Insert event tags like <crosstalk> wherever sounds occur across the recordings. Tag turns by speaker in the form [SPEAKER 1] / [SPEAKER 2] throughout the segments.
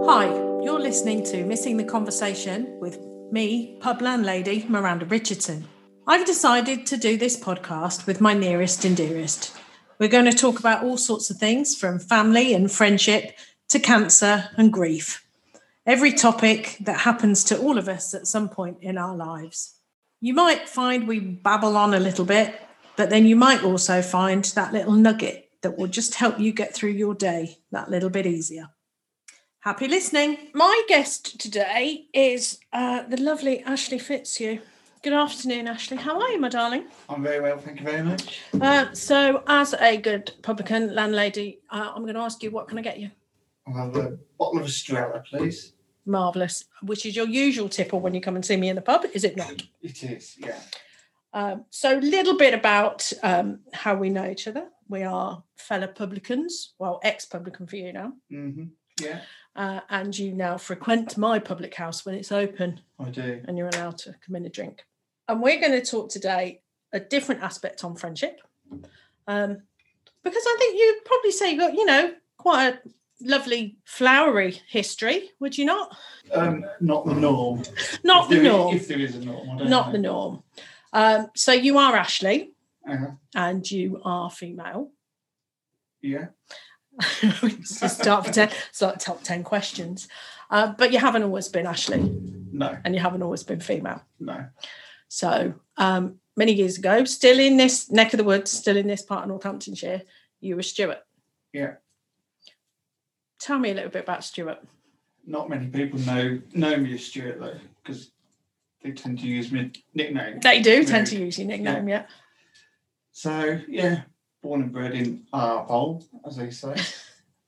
[SPEAKER 1] You're listening to Missing the Conversation with me, pub landlady Miranda Richardson. I've decided to do this podcast with my nearest and dearest. We're going to talk about all sorts of things from family and friendship to cancer and grief. Every topic that happens to all of us at some point in our lives. You might find we babble on a little bit, but then you might also find that little nugget that will just help you get through your day that little bit easier. Happy listening.
[SPEAKER 2] My guest today is uh, the lovely Ashley Fitzhugh. Good afternoon, Ashley. How are you, my darling?
[SPEAKER 3] I'm very well, thank you very much.
[SPEAKER 2] Uh, so, as a good publican landlady, uh, I'm going to ask you, what can I get you?
[SPEAKER 3] I'll have a bottle of Estrella, please.
[SPEAKER 2] Marvellous, which is your usual tipple when you come and see me in the pub, is it not?
[SPEAKER 3] It is, yeah.
[SPEAKER 2] Um, so, a little bit about um, how we know each other. We are fellow publicans, well, ex publican for you now.
[SPEAKER 3] hmm Yeah,
[SPEAKER 2] Uh, and you now frequent my public house when it's open.
[SPEAKER 3] I do.
[SPEAKER 2] and you're allowed to come in and drink. And we're going to talk today a different aspect on friendship, um, because I think you'd probably say you got you know quite a lovely flowery history, would you not?
[SPEAKER 3] Um, not the norm.
[SPEAKER 2] Not
[SPEAKER 3] If there
[SPEAKER 2] the
[SPEAKER 3] is-
[SPEAKER 2] norm,
[SPEAKER 3] if there is a norm, I don't
[SPEAKER 2] not the
[SPEAKER 3] know.
[SPEAKER 2] norm. Um, so you are Ashley,
[SPEAKER 3] Uh,
[SPEAKER 2] and you are
[SPEAKER 3] <laughs>
[SPEAKER 2] female.
[SPEAKER 3] yeah,
[SPEAKER 2] It's just start for ten. It's like top ten questions, uh, but you haven't always been Ashley,
[SPEAKER 3] no,
[SPEAKER 2] and you haven't always been female.
[SPEAKER 3] no.
[SPEAKER 2] So um, many years ago, still in this neck of the woods, still in this part of Northamptonshire, you were Stuart.
[SPEAKER 3] Yeah.
[SPEAKER 2] Tell me a little bit about Stuart.
[SPEAKER 3] Not many people know know me as Stuart though, because they tend to use my nickname.
[SPEAKER 2] They do tend
[SPEAKER 3] Rude.
[SPEAKER 2] to use your nickname, yeah.
[SPEAKER 3] So yeah, born and bred in Harpole, as they say.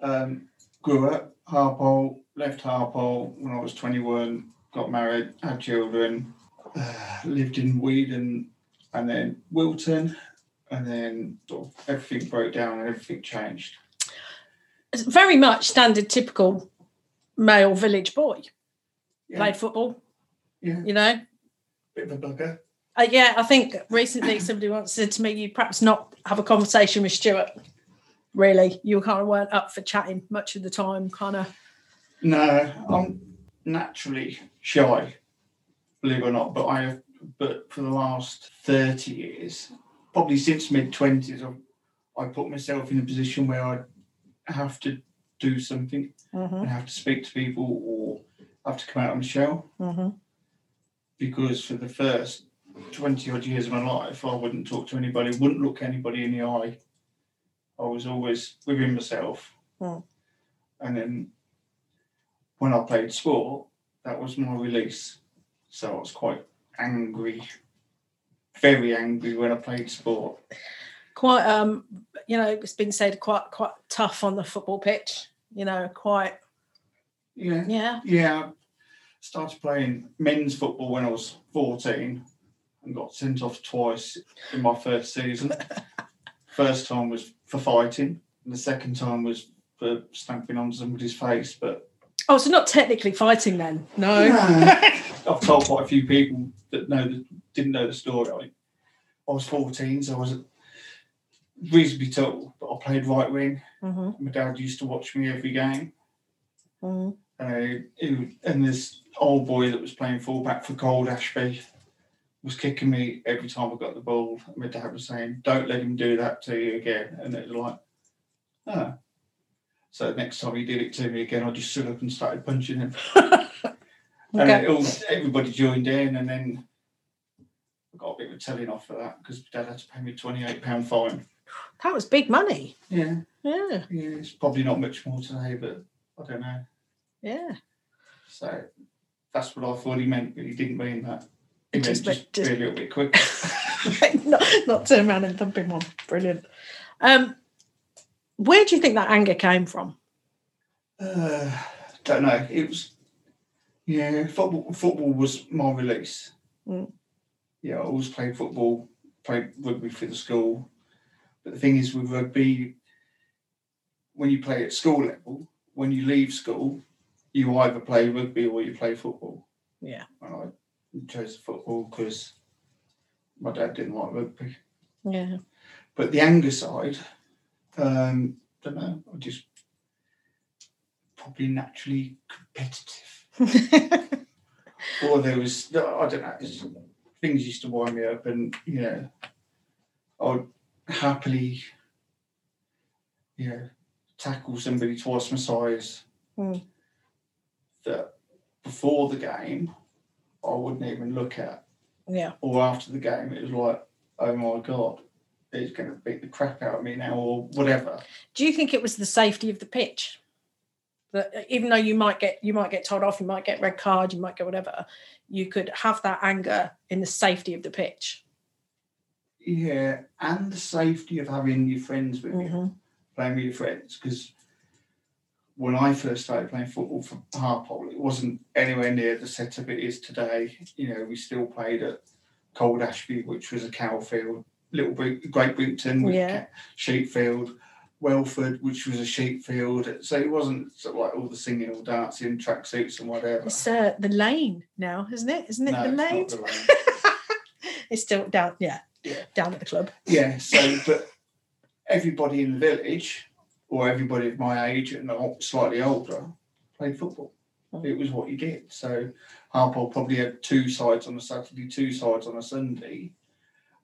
[SPEAKER 3] um, grew up Harpole, left Harpole when I was 21, got married, had children, uh, lived in Weedon and then Wilton, and then sort of everything broke down and everything changed.
[SPEAKER 2] It's Very much standard, typical male village boy.
[SPEAKER 3] Yeah.
[SPEAKER 2] Played football,
[SPEAKER 3] Yeah,
[SPEAKER 2] you know.
[SPEAKER 3] bit of a bugger.
[SPEAKER 2] Uh, yeah, I think recently somebody once said to me, "You perhaps not have a conversation with Stuart." Really, you kind of weren't up for chatting much of the time, kind of.
[SPEAKER 3] No, I'm naturally shy, believe it or not, but I have, but for the last 30 years, probably since mid 20s, I've, I put myself in a position where I have to do something and have to speak to people or have to come out on the show because for the first 20 odd years of my life, I wouldn't talk to anybody, wouldn't look anybody in the eye. I was always within myself.
[SPEAKER 2] Hmm.
[SPEAKER 3] And then when I played sport, that was my release. So I was quite angry, very angry when I played sport.
[SPEAKER 2] quite um you know it's been said quite quite tough on the football pitch you know quite
[SPEAKER 3] Yeah.
[SPEAKER 2] yeah
[SPEAKER 3] Yeah. I Started playing men's football when I was 14 and got sent off twice in my first season. first time was for fighting, and the second time was for stamping on somebody's face. But
[SPEAKER 2] oh so not technically fighting then no
[SPEAKER 3] I've told quite a few people that know the, didn't know the story. I, I was 14, so I was reasonably tall, but I played right wing.
[SPEAKER 2] Mhm,
[SPEAKER 3] My dad used to watch me every game.
[SPEAKER 2] mhm.
[SPEAKER 3] uh, who- and this old boy that was playing fullback for Gold Ashby was kicking me every time I got the ball. And my dad was saying, "Don't let him do that to you again." And it was like, "Ah." So the next time he did it to me again, I just stood up and started punching <laughs> him. And
[SPEAKER 2] okay
[SPEAKER 3] it all, everybody joined in, and then I got a bit of a telling off for that because dad had to pay me a twenty-eight pound fine.
[SPEAKER 2] that was big money
[SPEAKER 3] Yeah,
[SPEAKER 2] yeah
[SPEAKER 3] yeah, it's probably not much more today, but I don't know.
[SPEAKER 2] yeah <laughs>
[SPEAKER 3] So that's what I thought he meant, but he didn't mean that. He
[SPEAKER 2] It
[SPEAKER 3] meant
[SPEAKER 2] just
[SPEAKER 3] just,
[SPEAKER 2] meant just-
[SPEAKER 3] be a little bit
[SPEAKER 2] <laughs>
[SPEAKER 3] quick.
[SPEAKER 2] not, not turn around and thump him on brilliant um where do you think that anger came from
[SPEAKER 3] uh, don't know. It was yeah. Football football was my release.
[SPEAKER 2] Mm.
[SPEAKER 3] Yeah, I always played football, played rugby for the school. But the thing is, with rugby, when you play at school level, when you leave school, you either play rugby or you play football.
[SPEAKER 2] Yeah.
[SPEAKER 3] And I chose football because my dad didn't like rugby.
[SPEAKER 2] yeah
[SPEAKER 3] But the anger side, um, don't know. I just probably naturally competitive. or there was I don't know it's- things used to wind me up, and you know I would happily you know tackle somebody twice my size
[SPEAKER 2] Hmm.
[SPEAKER 3] that before the game I wouldn't even look at,
[SPEAKER 2] <laughs> yeah.
[SPEAKER 3] or after the game it was like oh my god it's going to beat the crap out of me now or whatever.
[SPEAKER 2] Do you think it was the safety of the pitch? That uh, even though you might get you might get told off, you might get red card, you might get whatever, you could have that anger in the safety of the pitch.
[SPEAKER 3] Yeah, and the safety of having your friends with
[SPEAKER 2] Mm-hmm.
[SPEAKER 3] you. playing with your friends because when I first started playing football for Harpole, it wasn't anywhere near the setup it is today. You know, we still played at Cold Ashby, which was a cow field, Little Bre- Great Brinkton, which
[SPEAKER 2] Yeah.
[SPEAKER 3] was a sheep field, Welford, which was a sheep field. So it wasn't sort of like all the singing or dancing, tracksuits and whatever.
[SPEAKER 2] It's uh, the lane now, isn't it? Isn't it
[SPEAKER 3] No,
[SPEAKER 2] the
[SPEAKER 3] it's not
[SPEAKER 2] lane?
[SPEAKER 3] the lane.
[SPEAKER 2] it's still down, yeah,
[SPEAKER 3] Yeah.
[SPEAKER 2] down at the club.
[SPEAKER 3] Yeah, so but everybody in the village, or everybody of my age and o- slightly older, played football. It was what you did. So Harpole probably had two sides on a Saturday, two sides on a Sunday,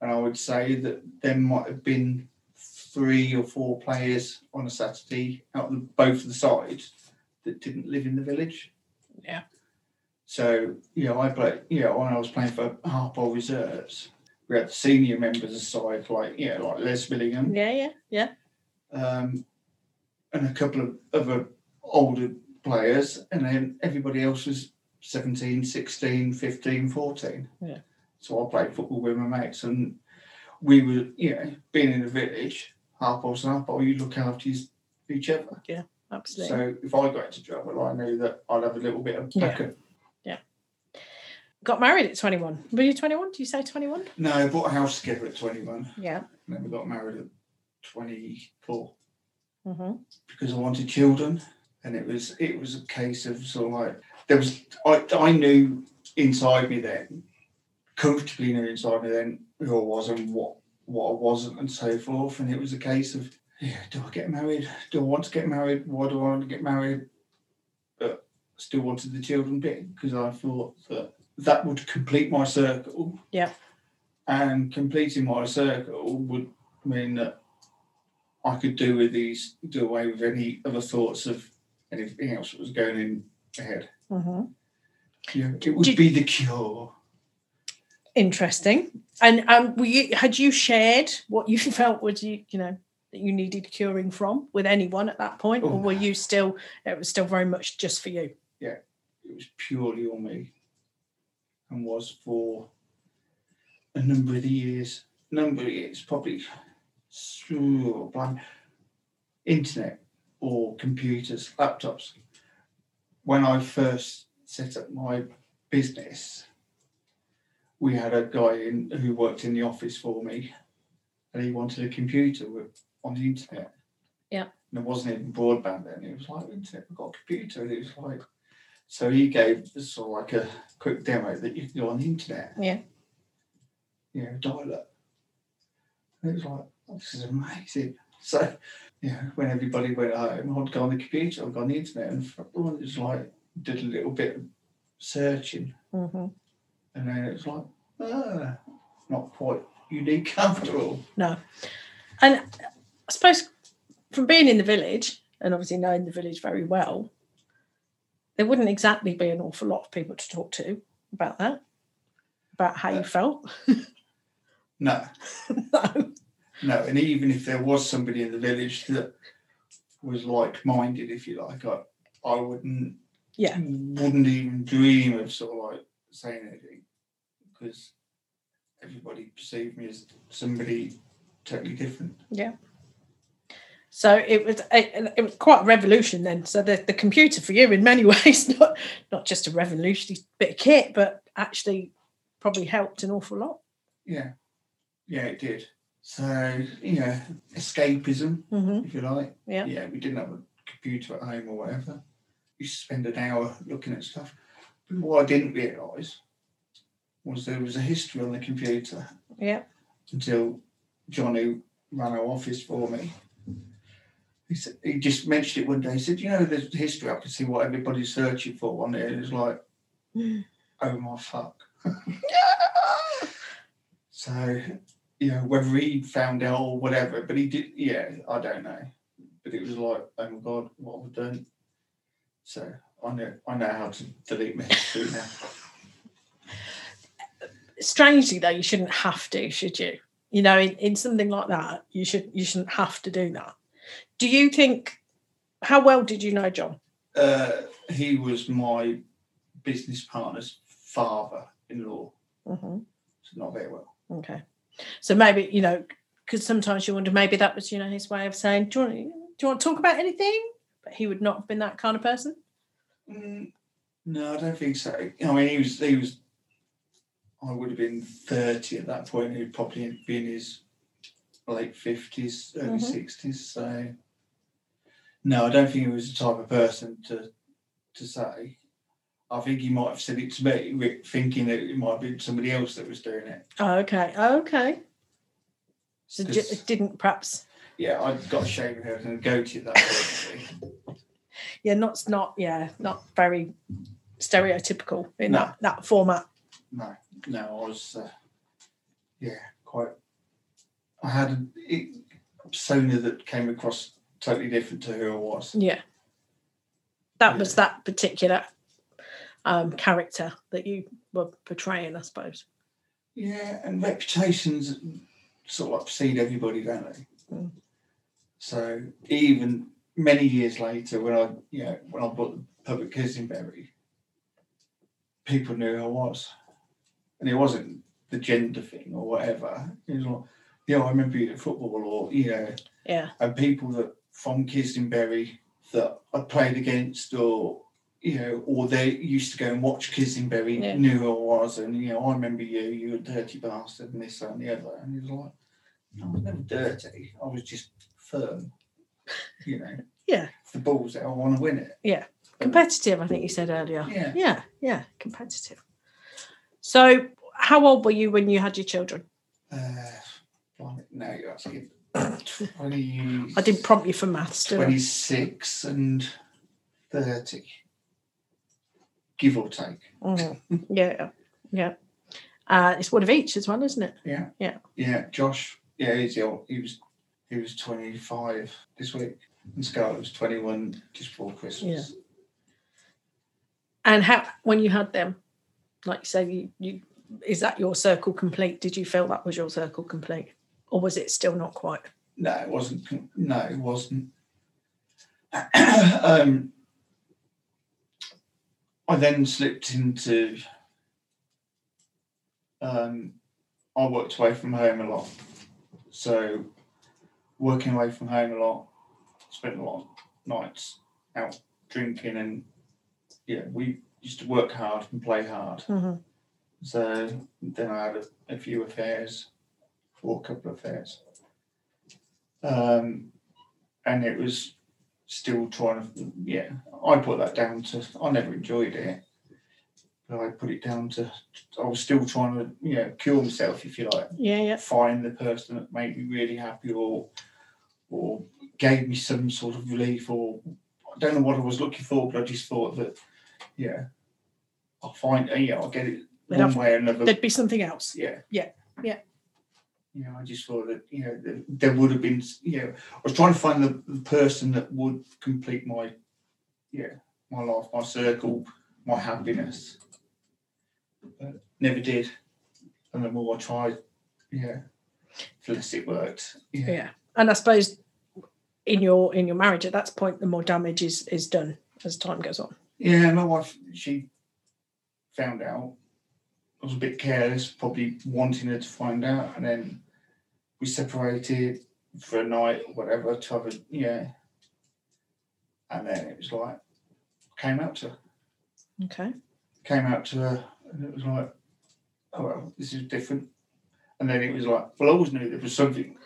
[SPEAKER 3] and I would say that there might have been three or four players on a Saturday out of the, both of the sides that didn't live in the village.
[SPEAKER 2] Yeah.
[SPEAKER 3] So you know, I played. You know, when I was playing for Harpole reserves we had the senior members aside, like you know, like Les Billingham,
[SPEAKER 2] Yeah, yeah, yeah.
[SPEAKER 3] um, and a couple of other older players, and then everybody else was 17, 16, 15, 14.
[SPEAKER 2] Yeah.
[SPEAKER 3] So I played football with my mates, and we were, you know, being in the village, half balls and half ball, you look after each- each other.
[SPEAKER 2] Absolutely.
[SPEAKER 3] So if I got into trouble, I knew that I'd have a little bit of
[SPEAKER 2] Yeah.
[SPEAKER 3] backup.
[SPEAKER 2] Got married at 21. Were you 21? Do you say 21?
[SPEAKER 3] No, I bought a house together at 21,
[SPEAKER 2] Yeah.
[SPEAKER 3] and then we got married at 24.
[SPEAKER 2] hmm
[SPEAKER 3] because I wanted children, and it was it was a case of sort of like there was I I knew inside me then, comfortably knew inside me then who I was and what what I wasn't and so forth, and it was a case of yeah, do I get married? Do I want to get married? Why do I want to get married? But still wanted the children bit because I thought that that would complete my circle.
[SPEAKER 2] Yeah.
[SPEAKER 3] And completing my circle would mean that I could do with these, do away with any other thoughts of anything else that was going in ahead.
[SPEAKER 2] hmm
[SPEAKER 3] Yeah, it would
[SPEAKER 2] Did-
[SPEAKER 3] be the cure.
[SPEAKER 2] Interesting. And um, were you, had you shared what you <laughs> felt was you, you know, that you needed curing from with anyone at that point,
[SPEAKER 3] Oh,
[SPEAKER 2] or were
[SPEAKER 3] no.
[SPEAKER 2] you still? It was still very much just for you.
[SPEAKER 3] It was purely on me and was for a number of years, number of years, probably through blank, internet or computers, laptops. When I first set up my business, we had a guy in who worked in the office for me and he wanted a computer with, on the internet.
[SPEAKER 2] Yeah.
[SPEAKER 3] And there wasn't even broadband then. He was like, internet, we've got a computer. And he was like, so he gave us sort of like a quick demo that you can go on the internet.
[SPEAKER 2] Yeah.
[SPEAKER 3] You know, dial up. And it was like, this is amazing. So, you know, when everybody went home, I'd go on the computer, I'd go on the internet, and it was like, did a little bit of searching.
[SPEAKER 2] Mm-hmm.
[SPEAKER 3] And then it was like, ah, not quite unique after all.
[SPEAKER 2] I suppose from being in the village and obviously knowing the village very well, there wouldn't exactly be an awful lot of people to talk to about that, about how you felt. <laughs>
[SPEAKER 3] No,
[SPEAKER 2] No.
[SPEAKER 3] no. And even if there was somebody in the village that was like minded, if you like, I, I wouldn't,
[SPEAKER 2] Yeah.
[SPEAKER 3] wouldn't even dream of sort of like saying anything because everybody perceived me as somebody totally different.
[SPEAKER 2] So it was it, it was quite a revolution then. So the, the computer for you in many <laughs> ways not not just a revolutionary bit of kit, but actually probably helped an awful lot.
[SPEAKER 3] Yeah, yeah, it did. So, you know, escapism.
[SPEAKER 2] Mm-hmm.
[SPEAKER 3] if you like.
[SPEAKER 2] Yeah.
[SPEAKER 3] Yeah, we didn't have a computer at home or whatever. You spend an hour looking at stuff. But what I didn't realise was there was a history on the computer
[SPEAKER 2] Yeah.
[SPEAKER 3] until John, who ran our office for me, He, said, he just mentioned it one day. He said, "You know, there's history. I can see what everybody's searching for on there." And it's like, "Oh my fuck!" so, you know, whether he found out or whatever, but he did. Yeah, I don't know. But it was like, "Oh my god, what have I done?" So I know, I know how to delete messages now.
[SPEAKER 2] Strangely though, you shouldn't have to, should you? You know, in, in something like that, you should you shouldn't have to do that. Do you think how well did you know John?
[SPEAKER 3] Uh, he was my business partner's father-in-law,
[SPEAKER 2] Mhm.
[SPEAKER 3] so not very well.
[SPEAKER 2] Okay. So maybe, you know, because sometimes you wonder maybe that was, you know, his way of saying, Do you want do you want to talk about anything? But he would not have been that kind of person.
[SPEAKER 3] Mm, no, I don't think so. I mean, he was he was. I would have been thirty at that point. He'd probably be in his late fifties, early
[SPEAKER 2] Mhm.
[SPEAKER 3] 60s So, no, I don't think he was the type of person to to say. I think he might have said it to me, wi- thinking that it might have been somebody else that was doing it.
[SPEAKER 2] Oh, okay. Oh, okay. So j-
[SPEAKER 3] 'Cause-
[SPEAKER 2] didn't perhaps
[SPEAKER 3] Yeah, I got shaved head and a goatee at that point.
[SPEAKER 2] yeah, not it's not yeah, not very stereotypical in
[SPEAKER 3] No.
[SPEAKER 2] that, that format.
[SPEAKER 3] No, no, I was, uh, yeah, quite. I had a it, persona that came across totally different to who I was.
[SPEAKER 2] Yeah. That
[SPEAKER 3] Yeah.
[SPEAKER 2] was that particular um character that you were portraying, I suppose.
[SPEAKER 3] Yeah, and reputations sort of precede everybody, don't they?
[SPEAKER 2] Mm.
[SPEAKER 3] So even many years later, when I, you know, when I bought the public Kissenberry, people knew who I was, and it wasn't the gender thing or whatever. It was like, yeah, I remember you at football, or you know,
[SPEAKER 2] Yeah.
[SPEAKER 3] and people that from Kisdenberry that I played against or you know, or they used to go and watch Kisdenberry,
[SPEAKER 2] Yeah.
[SPEAKER 3] knew who I was, and you know, I remember you, you were a dirty bastard, and this that, and the other. And he was like, No, I was never dirty, I was just firm, you know.
[SPEAKER 2] <laughs> Yeah.
[SPEAKER 3] If the ball's there, I want to win it.
[SPEAKER 2] Competitive, I think you said earlier.
[SPEAKER 3] Yeah.
[SPEAKER 2] Yeah, yeah, competitive. So, how old were you when you had your children?
[SPEAKER 3] Uh, blimey, no, you're asking 20,
[SPEAKER 2] I did prompt you for maths, didn't
[SPEAKER 3] 26 and 30, give or take.
[SPEAKER 2] I? Mm, Yeah, yeah. Uh, it's one of each as well, isn't it?
[SPEAKER 3] Yeah.
[SPEAKER 2] Yeah.
[SPEAKER 3] Yeah, Josh. Yeah, he's ill. He was he was twenty five this week. And Scarlett was twenty one just before Christmas.
[SPEAKER 2] And how when you had them, like you say, you, you is that your circle complete? Did you feel that was your circle complete, or was it still not quite?
[SPEAKER 3] No, it wasn't com- no, it wasn't. <clears throat> um I then slipped into um I worked away from home a lot. So working away from home a lot, spent a lot of nights out drinking and yeah, we used to work hard and play hard.
[SPEAKER 2] Mhm.
[SPEAKER 3] So then I had a, a few affairs, or a couple of affairs. Um, and it was still trying to, yeah, I put that down to, I never enjoyed it. But I put it down to, I was still trying to, you know, cure myself, if you like
[SPEAKER 2] Yeah, yeah,
[SPEAKER 3] find the person that made me really happy or or gave me some sort of relief or I don't know what I was looking for, but I just thought that yeah, I'll find yeah, I'll get it
[SPEAKER 2] They'd
[SPEAKER 3] one
[SPEAKER 2] have-
[SPEAKER 3] way or another.
[SPEAKER 2] there'd be something else.
[SPEAKER 3] yeah.
[SPEAKER 2] Yeah, yeah.
[SPEAKER 3] You know, I just thought that, you know, that there would have been you know, I was trying to find the, the person that would complete my yeah, my life, my circle, my happiness. But never did. And the more I tried, yeah, the less it worked. Yeah.
[SPEAKER 2] Yeah, and I suppose in your in your marriage at that point, the more damage is is done as time goes on.
[SPEAKER 3] Yeah, my wife, she found out. I was a bit careless, probably wanting her to find out. And then we separated for a night or whatever to have a, yeah. And then it was like, came out to her.
[SPEAKER 2] Okay.
[SPEAKER 3] came out to her and it was like, oh, well, this is different. And then it was like, well, I always knew there was something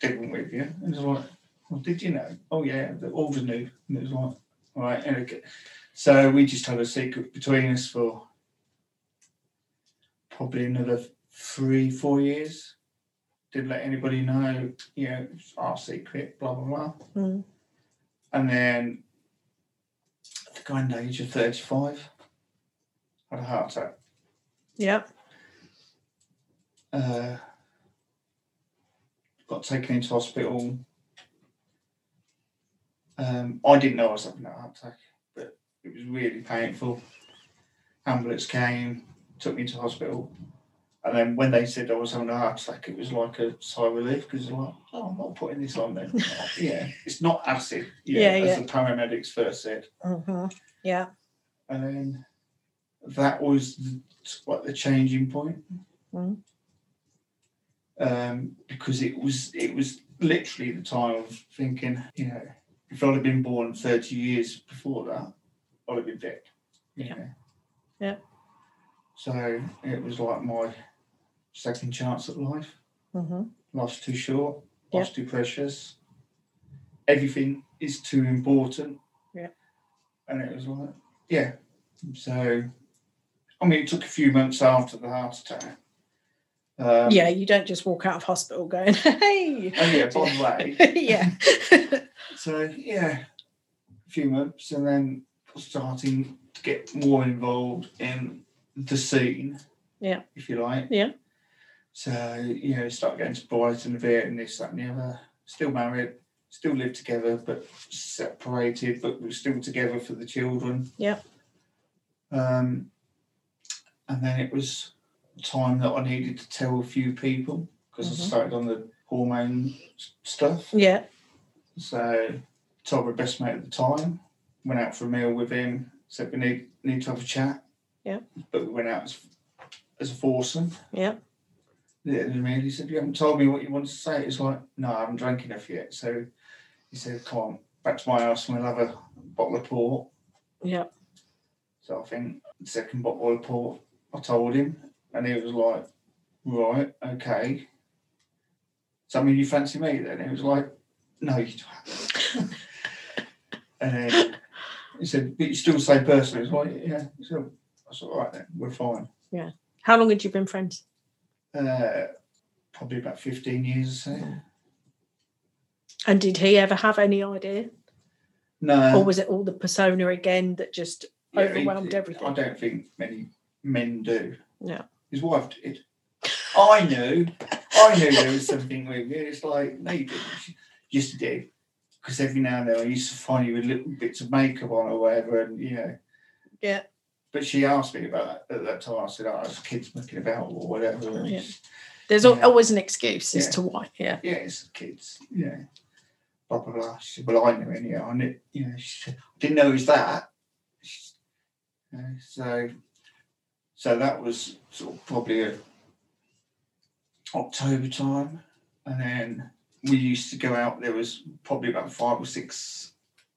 [SPEAKER 3] different with you. And it was like, well, did you know? Oh, yeah, I always knew. And it was like, all right. And it, so we just had a secret between us for probably another three, four years. Didn't let anybody know, you know, it's our secret, blah, blah, blah.
[SPEAKER 2] Mm.
[SPEAKER 3] And then I think I'm the age of 35, had a heart attack.
[SPEAKER 2] Yeah.
[SPEAKER 3] uh, got taken into hospital. Um, I didn't know I was having a heart attack, but it was really painful. Ambulance came, took me to hospital, and then when they said I was having a heart attack, it was like a sigh of relief because like, oh, I'm not putting this on then. yeah, it's not acid. Yeah,
[SPEAKER 2] Yeah,
[SPEAKER 3] as
[SPEAKER 2] yeah.
[SPEAKER 3] the paramedics first said,
[SPEAKER 2] Mhm. Yeah.
[SPEAKER 3] and then that was the, like the changing point
[SPEAKER 2] Mm.
[SPEAKER 3] um, because it was it was literally the time of thinking you know if I'd have been born 30 years before that I'd have been dead you
[SPEAKER 2] Yeah.
[SPEAKER 3] know.
[SPEAKER 2] Yeah.
[SPEAKER 3] so it was like my second chance at life
[SPEAKER 2] Mhm.
[SPEAKER 3] life's too short
[SPEAKER 2] Yeah.
[SPEAKER 3] life's too precious everything is too important
[SPEAKER 2] Yeah.
[SPEAKER 3] and it was like yeah so I mean it took a few months after the heart attack um,
[SPEAKER 2] Yeah. You don't just walk out of hospital going, <laughs> hey.
[SPEAKER 3] Oh yeah, by the way.
[SPEAKER 2] <laughs> yeah.
[SPEAKER 3] So yeah, a few months, and then starting to get more involved in the scene.
[SPEAKER 2] Yeah.
[SPEAKER 3] If you like.
[SPEAKER 2] Yeah.
[SPEAKER 3] So you know, start getting to Brighton a bit, and this, that, and the other. Still married, still live together, but separated, but we're still together for the children.
[SPEAKER 2] Yeah.
[SPEAKER 3] Um, and then it was time that I needed to tell a few people because
[SPEAKER 2] Mhm.
[SPEAKER 3] I started on the hormone s- stuff.
[SPEAKER 2] yeah.
[SPEAKER 3] So told my best mate at the time, went out for a meal with him, said we need need to have a chat.
[SPEAKER 2] Yeah.
[SPEAKER 3] But we went out as, as a foursome.
[SPEAKER 2] Yeah.
[SPEAKER 3] Yeah, and then he said, You haven't told me what you want to say. It's like, No, I haven't drank enough yet. So he said, Come on, back to my house and we'll have a bottle of port.
[SPEAKER 2] Yeah.
[SPEAKER 3] So I think the second bottle of port, I told him, and he was like, Right, okay. Does that mean you fancy me then? He was like, No, you don't. <laughs> and then he said, But you still say personally. It's like, Yeah, so that's all right then, we're fine.
[SPEAKER 2] How long had you been friends?
[SPEAKER 3] Uh, probably about 15 years or so.
[SPEAKER 2] And did he ever have any idea?
[SPEAKER 3] No.
[SPEAKER 2] or was it all the persona again that just
[SPEAKER 3] yeah, he-
[SPEAKER 2] overwhelmed
[SPEAKER 3] I
[SPEAKER 2] everything?
[SPEAKER 3] don't think many men do.
[SPEAKER 2] No.
[SPEAKER 3] His wife did. I knew. I knew there was something with you. It's like, no, you didn't. She- Yes, you did. Because every now and then I used to find you with little bits of makeup on or whatever, and you know.
[SPEAKER 2] Yeah.
[SPEAKER 3] But she asked me about that at that time. I said, oh, it's kids mucking about or whatever. and
[SPEAKER 2] Yeah. There's al
[SPEAKER 3] Yeah.
[SPEAKER 2] always an excuse as
[SPEAKER 3] Yeah.
[SPEAKER 2] to why. Yeah.
[SPEAKER 3] yeah, it's kids, you know, blah blah blah. She said, well, I knew anyhow, I knew, you know, she said, I didn't know it was that. She- you know, so, so that was sort of probably a October time, and then we used to go out. There was probably about five or six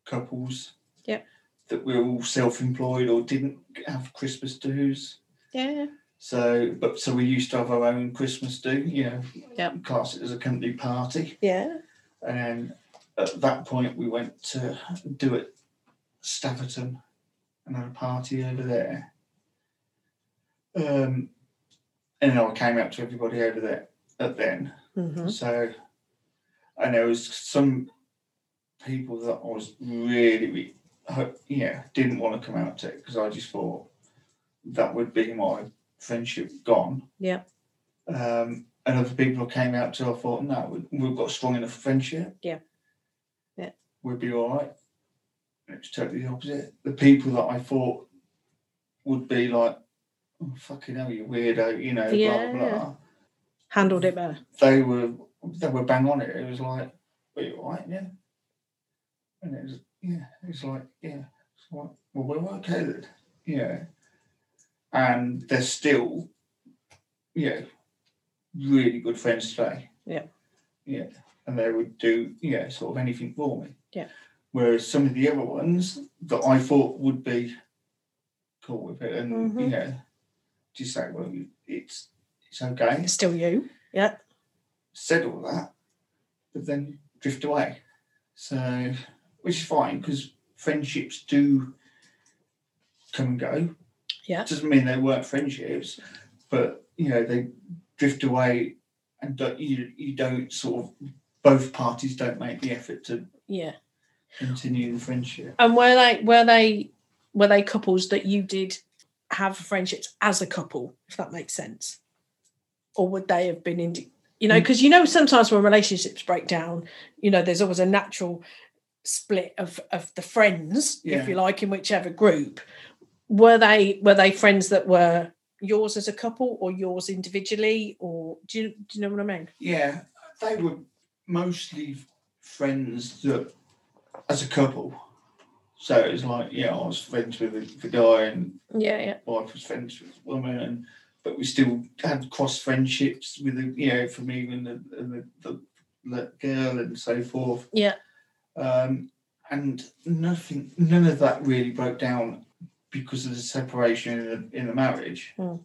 [SPEAKER 3] couples.
[SPEAKER 2] Yep.
[SPEAKER 3] That were all self-employed or didn't have Christmas dues.
[SPEAKER 2] Yeah.
[SPEAKER 3] So, but so we used to have our own Christmas do, you know,
[SPEAKER 2] Yep.
[SPEAKER 3] class it as a company party.
[SPEAKER 2] Yeah.
[SPEAKER 3] And at that point, we went to do it Staverton and had a party over there. Um, and I came out to everybody over there at then.
[SPEAKER 2] hmm
[SPEAKER 3] So, and there was some people that I was really, re- ho- yeah, didn't want to come out to because I just thought that would be my friendship gone.
[SPEAKER 2] Yeah.
[SPEAKER 3] Um, and other people I came out to, I thought, no, we- we've got a strong enough friendship.
[SPEAKER 2] Yeah. Yeah.
[SPEAKER 3] We'd be all right. And It's totally the opposite. The people that I thought would be like, oh, fucking hell, you weirdo, you know,
[SPEAKER 2] Yeah.
[SPEAKER 3] blah, blah, blah
[SPEAKER 2] Handled it better.
[SPEAKER 3] they were they were bang on it. It was like, are you all right? Yeah. And it was yeah, it was like, yeah, it's like, well we're okay then. Yeah. And they're still, yeah, really good friends today.
[SPEAKER 2] Yeah.
[SPEAKER 3] Yeah. And they would do, yeah, sort of anything for me.
[SPEAKER 2] Yeah.
[SPEAKER 3] Whereas some of the other ones that I thought would be cool with it and you
[SPEAKER 2] Mhm.
[SPEAKER 3] know, just say, well, it's it's okay
[SPEAKER 2] Still you. Yeah.
[SPEAKER 3] said all that, but then drift away. So, which is fine because friendships do come and go.
[SPEAKER 2] Yeah.
[SPEAKER 3] Doesn't mean they weren't friendships, but you know they drift away, and don't, you you don't sort of both parties don't make the effort to
[SPEAKER 2] Yeah.
[SPEAKER 3] continue the friendship.
[SPEAKER 2] And were they were they were they couples that you did have friendships as a couple, if that makes sense? Or would they have been in you know, because you know sometimes when relationships break down, you know, there's always a natural split of of the friends,
[SPEAKER 3] Yeah.
[SPEAKER 2] if you like, in whichever group. Were they were they friends that were yours as a couple or yours individually or do you, do you know what I mean?
[SPEAKER 3] Yeah, they were mostly friends that, as a couple. So it was like, yeah, I was friends with the, the guy and
[SPEAKER 2] Yeah, yeah.
[SPEAKER 3] wife was friends with the woman, and but we still had cross friendships with the, you know, from even the, the, the, the girl and so forth.
[SPEAKER 2] Yeah.
[SPEAKER 3] Um, and nothing, none of that really broke down because of the separation in the, in the marriage.
[SPEAKER 2] Mm.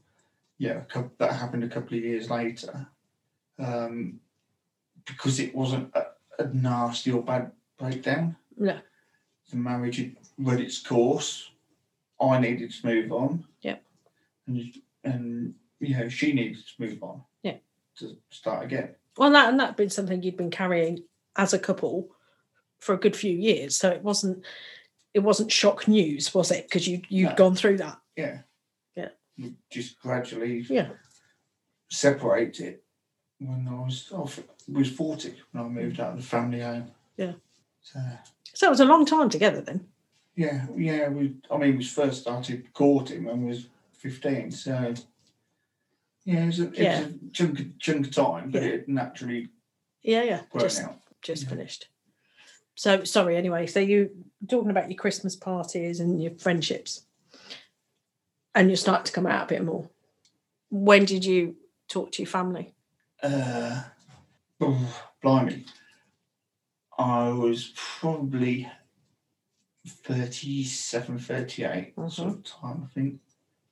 [SPEAKER 3] Yeah, a coup that happened a couple of years later. Um, because it wasn't a, a nasty or bad breakdown.
[SPEAKER 2] No.
[SPEAKER 3] The marriage had run its course. I needed to move on.
[SPEAKER 2] Yep.
[SPEAKER 3] And and you know she needed to move on.
[SPEAKER 2] Yeah.
[SPEAKER 3] To start again.
[SPEAKER 2] Well, that and that been something you'd been carrying as a couple for a good few years. So it wasn't it wasn't shock news, was it? Because you you had
[SPEAKER 3] No.
[SPEAKER 2] gone through that.
[SPEAKER 3] Yeah.
[SPEAKER 2] Yeah.
[SPEAKER 3] You just gradually.
[SPEAKER 2] Yeah.
[SPEAKER 3] Separate it. When I was I was- was forty when I moved out of the family home.
[SPEAKER 2] Yeah.
[SPEAKER 3] So
[SPEAKER 2] So it was a long time together then.
[SPEAKER 3] yeah yeah we I mean we first started courting when we was fifteen so. Yeah, it was a, it
[SPEAKER 2] Yeah.
[SPEAKER 3] was a chunk, of, chunk of time, but
[SPEAKER 2] Yeah.
[SPEAKER 3] it naturally
[SPEAKER 2] Yeah, yeah.
[SPEAKER 3] grown
[SPEAKER 2] Just
[SPEAKER 3] out.
[SPEAKER 2] just
[SPEAKER 3] Yeah.
[SPEAKER 2] finished. So sorry anyway. So you talking about your Christmas parties and your friendships. And you start to come out a bit more. When did you talk to your family?
[SPEAKER 3] Uh, oh, blimey. I was probably 37, 38 sort of time, I think.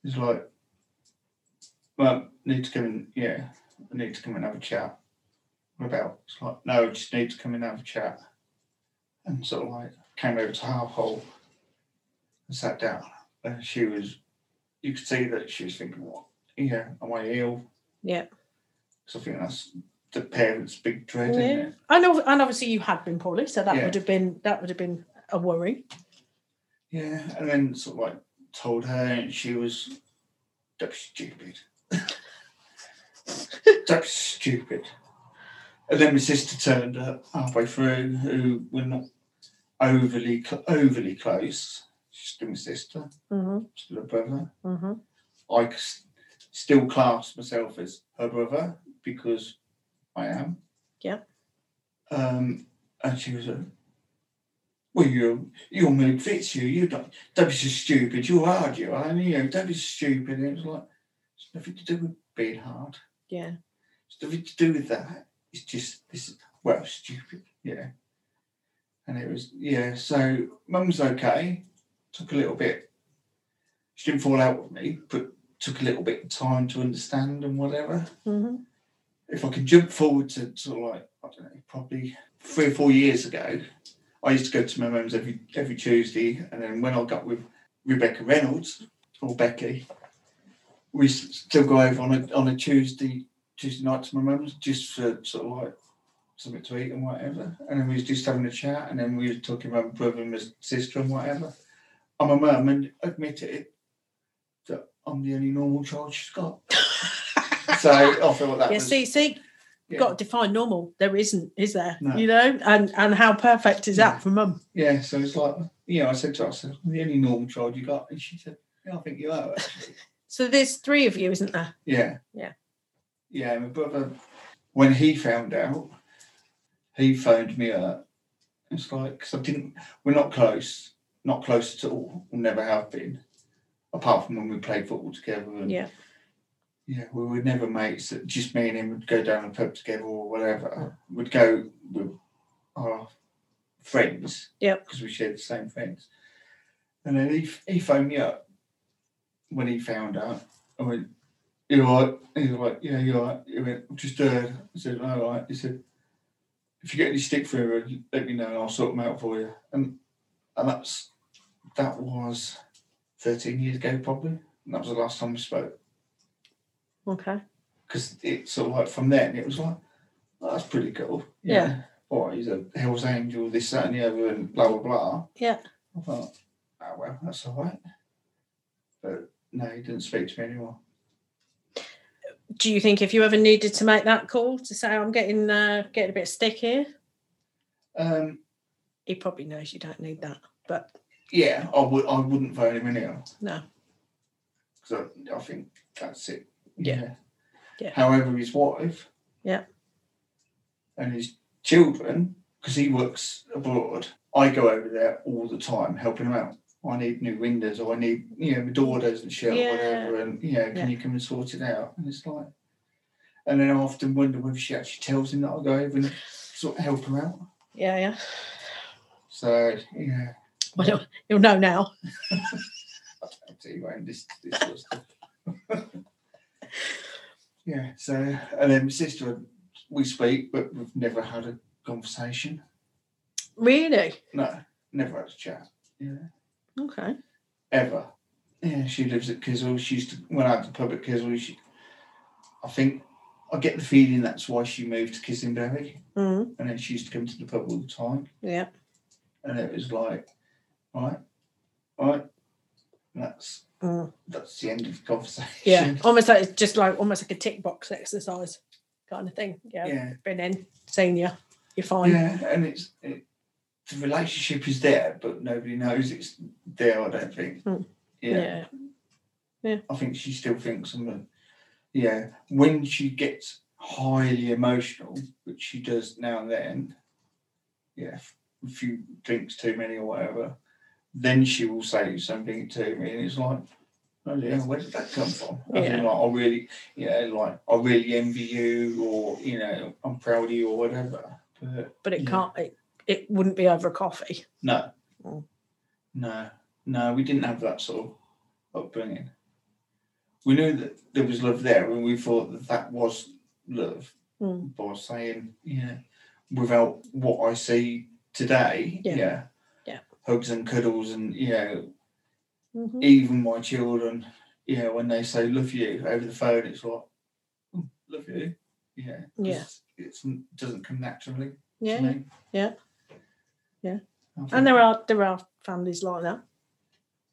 [SPEAKER 3] It's like, well, need to come and, yeah, I need to come and have a chat. What about? It's like, no, I just need to come and have a chat. And sort of like came over to Half Hole and sat down. And she was, you could see that she was thinking, what, yeah, am I ill?
[SPEAKER 2] Yeah.
[SPEAKER 3] So I think that's the parents' big dread, isn't
[SPEAKER 2] Yeah.
[SPEAKER 3] it?
[SPEAKER 2] And, ob- and obviously you had been poorly, so that
[SPEAKER 3] Yeah.
[SPEAKER 2] would have been that would have been a worry.
[SPEAKER 3] Yeah. And then sort of like told her, and she was, that's stupid. <laughs> that's stupid. And then my sister turned up halfway through, who were not overly cl- overly close. She's still my sister,
[SPEAKER 2] Mm-hmm.
[SPEAKER 3] still a brother.
[SPEAKER 2] Mm-hmm.
[SPEAKER 3] I c- still class myself as her brother because I am.
[SPEAKER 2] Yeah.
[SPEAKER 3] Um, and she was a, well, you're, your mood fits you. You don't, don't be so stupid. You're hard, you are. And, you know, don't be stupid. And it was like, it's nothing to do with being hard.
[SPEAKER 2] Yeah.
[SPEAKER 3] It's nothing to do with that. It's just, this is, well, stupid. Yeah. And it was, yeah. So mum's okay. Took a little bit. She didn't fall out with me, but took a little bit of time to understand and whatever
[SPEAKER 2] Mm-hmm.
[SPEAKER 3] if I can jump forward to sort of like I don't know, probably three or four years ago, I used to go to my mum's every every Tuesday, and then when I got with Rebecca Reynolds or Becky, we s- still go over on a on a Tuesday Tuesday night to my mum's just for sort of like something to eat and whatever, and then we was just having a chat, and then we were talking about my brother and my sister and whatever. And my mum and admitted that I'm the only normal child she's got. So I feel like that
[SPEAKER 2] yeah,
[SPEAKER 3] was
[SPEAKER 2] see, see,
[SPEAKER 3] Yeah.
[SPEAKER 2] got to define normal. There isn't, is there?
[SPEAKER 3] No.
[SPEAKER 2] You know, and and how perfect is that for mum?
[SPEAKER 3] Yeah, so it's like, you know, I said to her, I said, the only normal child you got. And she said, yeah, I think you
[SPEAKER 2] <laughs>
[SPEAKER 3] are. actually."
[SPEAKER 2] So there's three of you, isn't there?
[SPEAKER 3] yeah.
[SPEAKER 2] Yeah.
[SPEAKER 3] Yeah, my brother, when he found out, he phoned me up. It's like, because I didn't, we're not close, not close at all. We'll never have been, apart from when we played football together. And,
[SPEAKER 2] Yeah.
[SPEAKER 3] Yeah, we were never mates. that Just me and him would go down the pub together or whatever. We'd go with our friends.
[SPEAKER 2] Yep.
[SPEAKER 3] Because we shared the same friends. And then he, he phoned me up when he found out. I went, you alright? He was like, yeah, you alright? He went, I'm just uh I said, alright. He said, if you get any stick through, her, let me know and I'll sort them out for you. And and that's that was 13 years ago probably. And that was the last time we spoke
[SPEAKER 2] Okay.
[SPEAKER 3] because it's sort of like from then it was like oh, that's pretty cool.
[SPEAKER 2] Yeah.
[SPEAKER 3] oh, he's a Hell's Angel, this, that, and the other, and blah, blah, blah.
[SPEAKER 2] Yeah.
[SPEAKER 3] I thought, oh, well, that's all right. But no, he didn't speak to me anymore.
[SPEAKER 2] Do you think if you ever needed to make that call to say I'm getting uh, getting a bit stick here,
[SPEAKER 3] Um,
[SPEAKER 2] he probably knows you don't need that. But
[SPEAKER 3] yeah, I, would, I wouldn't phone him anyhow.
[SPEAKER 2] No.
[SPEAKER 3] Because I, I think that's it.
[SPEAKER 2] Yeah. Yeah.
[SPEAKER 3] However, his wife.
[SPEAKER 2] Yeah.
[SPEAKER 3] And his children, because he works abroad, I go over there all the time helping him out. I need new windows, or I need, you know, my door doesn't shut,
[SPEAKER 2] Yeah.
[SPEAKER 3] or whatever, and you know, can
[SPEAKER 2] Yeah.
[SPEAKER 3] you come and sort it out? And it's like, and then I often wonder whether she actually tells him that I go over and sort of help him out.
[SPEAKER 2] yeah, yeah. <laughs>
[SPEAKER 3] So yeah,
[SPEAKER 2] Well, he'll- he'll know now.
[SPEAKER 3] I tell you what, this this sort of stuff. <laughs> yeah. So and then my sister, we speak, but we've never had a conversation.
[SPEAKER 2] Really?
[SPEAKER 3] No, never had a chat. Yeah,
[SPEAKER 2] Okay.
[SPEAKER 3] ever. Yeah, she lives at Kizzle. She used to when I had the pub at Kizzle. She, I think, I get the feeling that's why she moved to Kissenberry,
[SPEAKER 2] Mm,
[SPEAKER 3] and then she used to come to the pub all the time.
[SPEAKER 2] yeah.
[SPEAKER 3] and it was like, right, right, that's
[SPEAKER 2] Mm.
[SPEAKER 3] that's the end of the conversation. <laughs>
[SPEAKER 2] Yeah. Oh, almost like it's just like almost like a tick box exercise kind of thing. Yeah.
[SPEAKER 3] yeah,
[SPEAKER 2] Been in, seen you, you're fine.
[SPEAKER 3] yeah, and it's it, the relationship is there, but nobody knows it's there. I don't think.
[SPEAKER 2] Mm.
[SPEAKER 3] Yeah, I think she still thinks I'm. A, yeah, when she gets highly emotional, which she does now and then, yeah, a few drinks too many or whatever, then she will say something to me, and it's like, oh yeah, where did that come from? I
[SPEAKER 2] Yeah.
[SPEAKER 3] think like I really, yeah, like I really envy you, or you know, I'm proud of you, or whatever. But
[SPEAKER 2] But it
[SPEAKER 3] Yeah.
[SPEAKER 2] can't. It, it wouldn't be over a coffee.
[SPEAKER 3] no,
[SPEAKER 2] Mm.
[SPEAKER 3] no, no, we didn't have that sort of upbringing. We knew that there was love there, and we thought that that was love
[SPEAKER 2] Mm.
[SPEAKER 3] by saying, yeah, without what I see today,
[SPEAKER 2] Yeah.
[SPEAKER 3] yeah,
[SPEAKER 2] Yeah.
[SPEAKER 3] hugs and cuddles, and you know,
[SPEAKER 2] Mhm.
[SPEAKER 3] even my children, you know, when they say love you over the phone, it's like, "Mm, love you, yeah, 'cause
[SPEAKER 2] Yeah.
[SPEAKER 3] it's, it doesn't come naturally.
[SPEAKER 2] Yeah.
[SPEAKER 3] to me.
[SPEAKER 2] yeah, yeah.
[SPEAKER 3] I think-
[SPEAKER 2] And there are there are families like that,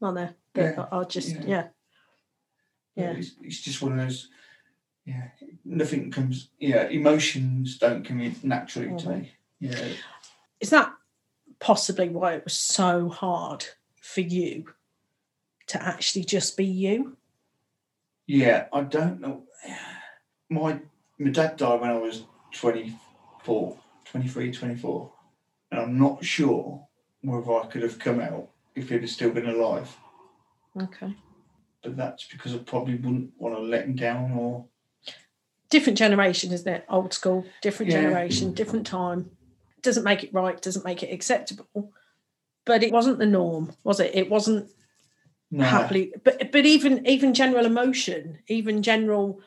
[SPEAKER 2] aren't there? That
[SPEAKER 3] Yeah,
[SPEAKER 2] are- are just
[SPEAKER 3] yeah.
[SPEAKER 2] yeah. Yeah.
[SPEAKER 3] It's, it's just one of those. Yeah, nothing comes. Yeah, emotions don't come in naturally to
[SPEAKER 2] Mhm.
[SPEAKER 3] me. Yeah,
[SPEAKER 2] Is that possibly why it was so hard for you to actually just be you?
[SPEAKER 3] yeah. I don't know. <sighs> My my dad died when I was 24, 23, 24. and I'm not sure whether I could have come out if he'd have still been alive.
[SPEAKER 2] Okay.
[SPEAKER 3] But that's because I probably wouldn't want to let him down or
[SPEAKER 2] Different generation, isn't it? Old school, different
[SPEAKER 3] Yeah.
[SPEAKER 2] generation, different time. Doesn't make it right, doesn't make it acceptable. But it wasn't the norm, was it? It wasn't
[SPEAKER 3] no.
[SPEAKER 2] happily but but even even general emotion even general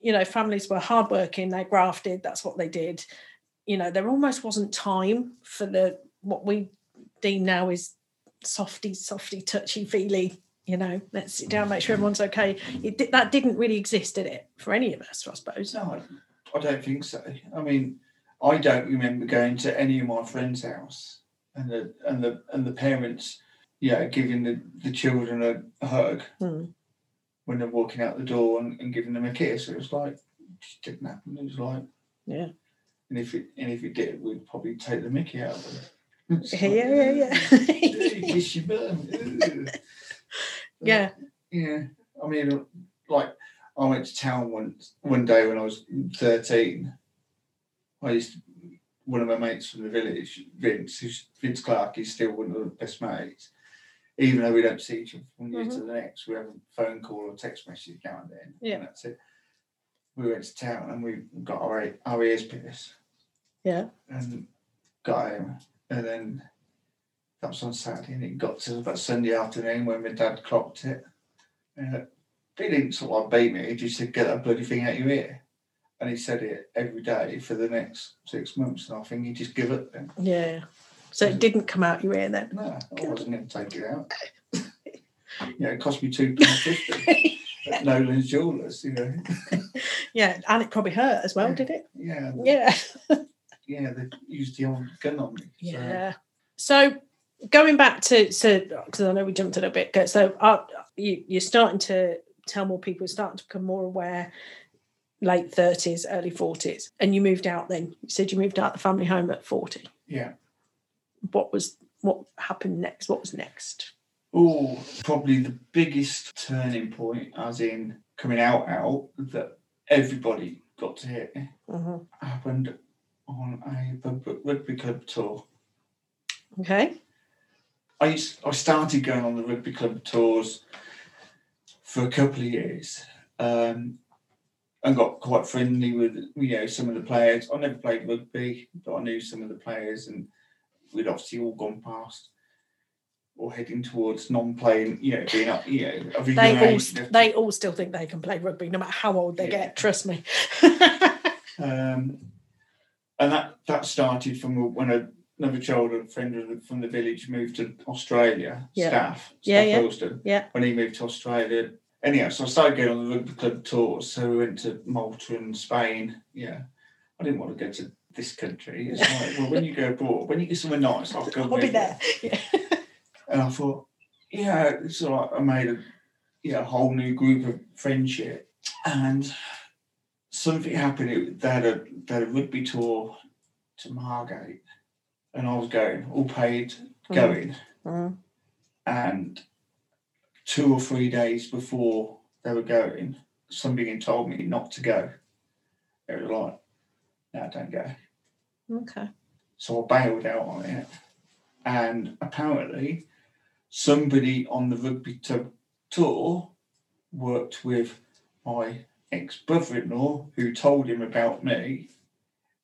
[SPEAKER 2] you know families were hardworking they grafted that's what they did you know there almost wasn't time for the what we deem now is softy softy touchy feely you know let's sit down make sure everyone's okay it, di- that didn't really exist did it for any of us i suppose
[SPEAKER 3] No, I- I don't think so. I mean, I don't remember going to any of my friends' house and the and the and the parents, yeah, giving the, the children a, a hug
[SPEAKER 2] Hmm.
[SPEAKER 3] when they're walking out the door and, and giving them a kiss. It was like it just didn't happen. It was like
[SPEAKER 2] Yeah.
[SPEAKER 3] And if it and if it did, we'd probably take the Mickey out of it. It's
[SPEAKER 2] <laughs> yeah
[SPEAKER 3] like,
[SPEAKER 2] yeah
[SPEAKER 3] <laughs> "Ooh, ooh,
[SPEAKER 2] yeah
[SPEAKER 3] kiss your bum. ooh."
[SPEAKER 2] <laughs> yeah
[SPEAKER 3] Yeah, I mean, like I went to town once one day when I was thirteen. I used to, one of my mates from the village, Vince, who's Vince Clark, he's still one of the best mates. Even though we don't see each other from year to the next, we have a phone call or text message now and then.
[SPEAKER 2] Mm-hmm. Yeah.
[SPEAKER 3] and that's it. We went to town and we got our e- our ears pierced.
[SPEAKER 2] Yeah.
[SPEAKER 3] and got him, and then that was on Saturday, and it got to about Sunday afternoon when my dad clocked it. Uh, he didn't sort of beat me. He just said, "Get that bloody thing out your ear," and he said it every day for the next six months. And I think he just give up. Then.
[SPEAKER 2] yeah so it didn't come out your ear then
[SPEAKER 3] No, I wasn't going to take
[SPEAKER 2] <laughs>
[SPEAKER 3] it out. yeah, it cost me two pounds fifty
[SPEAKER 2] <laughs>
[SPEAKER 3] at Nolan's Jewelers. You know,
[SPEAKER 2] yeah and it probably hurt as well did it
[SPEAKER 3] yeah,
[SPEAKER 2] yeah
[SPEAKER 3] yeah, they used the old gun on me. so-
[SPEAKER 2] Yeah. So going back to so because I know we jumped a little bit. go- So uh, you, you're starting to tell more people, starting to become more aware. Late thirties, early forties, and you moved out. Then you said you moved out the family home at forty.
[SPEAKER 3] yeah.
[SPEAKER 2] What was what happened next? What was next?
[SPEAKER 3] Oh, probably the biggest turning point, as in coming out, out that everybody got to hear,
[SPEAKER 2] Mhm.
[SPEAKER 3] Mm-hmm. happened on a pub- pub- rugby club tour.
[SPEAKER 2] Okay.
[SPEAKER 3] I used, I started going on the rugby club tours for a couple of years, um, and got quite friendly with you know some of the players. I never played rugby, but I knew some of the players, and we'd obviously all gone past or heading towards non-playing. You know, being up. You know, of a
[SPEAKER 2] They
[SPEAKER 3] young
[SPEAKER 2] all
[SPEAKER 3] age.
[SPEAKER 2] st- they all still think they can play rugby, no matter how old they
[SPEAKER 3] Yeah.
[SPEAKER 2] get. Trust
[SPEAKER 3] <laughs>
[SPEAKER 2] me.
[SPEAKER 3] um, and that that started from when a, another childhood friend of the- from the village moved to Australia.
[SPEAKER 2] Yeah.
[SPEAKER 3] Staff,
[SPEAKER 2] Yeah,
[SPEAKER 3] Staff
[SPEAKER 2] yeah.
[SPEAKER 3] Elston,
[SPEAKER 2] Yeah.
[SPEAKER 3] When he moved to Australia. Anyhow, so I started going on the rugby club tours. So we went to Malta and Spain. Yeah, I didn't want to go to this country. It's like, well, when you go abroad, when you get somewhere nice, I'll go.
[SPEAKER 2] I'll
[SPEAKER 3] with
[SPEAKER 2] be
[SPEAKER 3] you.
[SPEAKER 2] there. Yeah.
[SPEAKER 3] And I thought, yeah, it's all right. I made a you know, whole new group of friendship. And something happened. It, they, had a, they had a rugby tour to Margate. And I was going, all paid,
[SPEAKER 2] Hmm.
[SPEAKER 3] going.
[SPEAKER 2] Mm.
[SPEAKER 3] And two or three days before they were going, somebody told me not to go. They were like, no, don't go.
[SPEAKER 2] Okay.
[SPEAKER 3] So I bailed out on it. And apparently, somebody on the rugby to- tour worked with my ex brother in law who told him about me.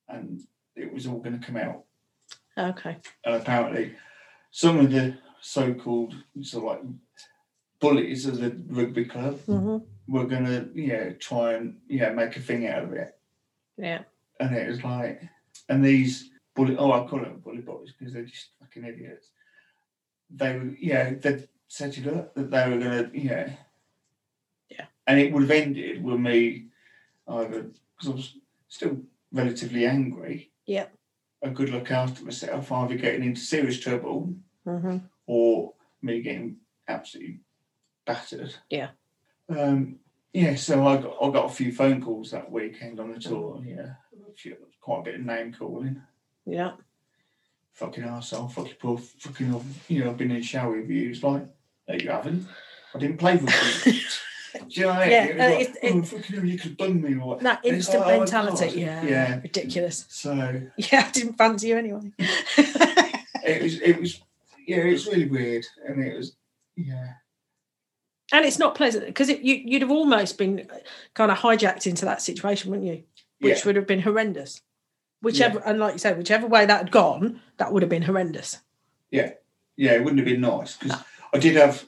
[SPEAKER 3] And it was all going to come out.
[SPEAKER 2] Okay.
[SPEAKER 3] And apparently, some of the so called sort of like bullies of the rugby club
[SPEAKER 2] hmm
[SPEAKER 3] were going to, you know, try and, you know, make a thing out of it
[SPEAKER 2] Yeah.
[SPEAKER 3] and it was like, and these bully, oh, I call them bully boys because they're just fucking idiots. They were, yeah, they set it up that they were gonna, yeah,
[SPEAKER 2] Yeah.
[SPEAKER 3] and it would have ended with me either because I was still relatively angry,
[SPEAKER 2] Yeah.
[SPEAKER 3] a good look after myself, either getting into serious trouble
[SPEAKER 2] hmm
[SPEAKER 3] or me getting absolutely battered.
[SPEAKER 2] Yeah.
[SPEAKER 3] Um, yeah, so I got I got a few phone calls that weekend on the
[SPEAKER 2] Mm.
[SPEAKER 3] tour. Yeah, a few, quite a bit of name calling.
[SPEAKER 2] Yeah.
[SPEAKER 3] Fucking arsehole, fucking poor, fucking. You know, I've been in shower reviews like, no, you haven't. I didn't
[SPEAKER 2] <laughs>
[SPEAKER 3] play with you. Do you know what I mean?
[SPEAKER 2] Yeah,
[SPEAKER 3] It was
[SPEAKER 2] uh,
[SPEAKER 3] like,
[SPEAKER 2] it's- it-
[SPEAKER 3] "Oh, fucking hell, you could bung me or what.
[SPEAKER 2] That
[SPEAKER 3] It's
[SPEAKER 2] instant
[SPEAKER 3] like, oh,
[SPEAKER 2] mentality.
[SPEAKER 3] God.
[SPEAKER 2] yeah.
[SPEAKER 3] Yeah.
[SPEAKER 2] Ridiculous. <laughs>
[SPEAKER 3] So
[SPEAKER 2] Yeah, I didn't fancy you anyway. <laughs>
[SPEAKER 3] it was, it was, yeah, it was really weird, and it was, yeah,
[SPEAKER 2] and it's not pleasant because you, you'd have almost been kind of hijacked into that situation, wouldn't you? Which
[SPEAKER 3] yeah,
[SPEAKER 2] would have been horrendous. Whichever, and like you said, whichever way that had gone, that would have been horrendous.
[SPEAKER 3] yeah, it wouldn't have been nice because I did have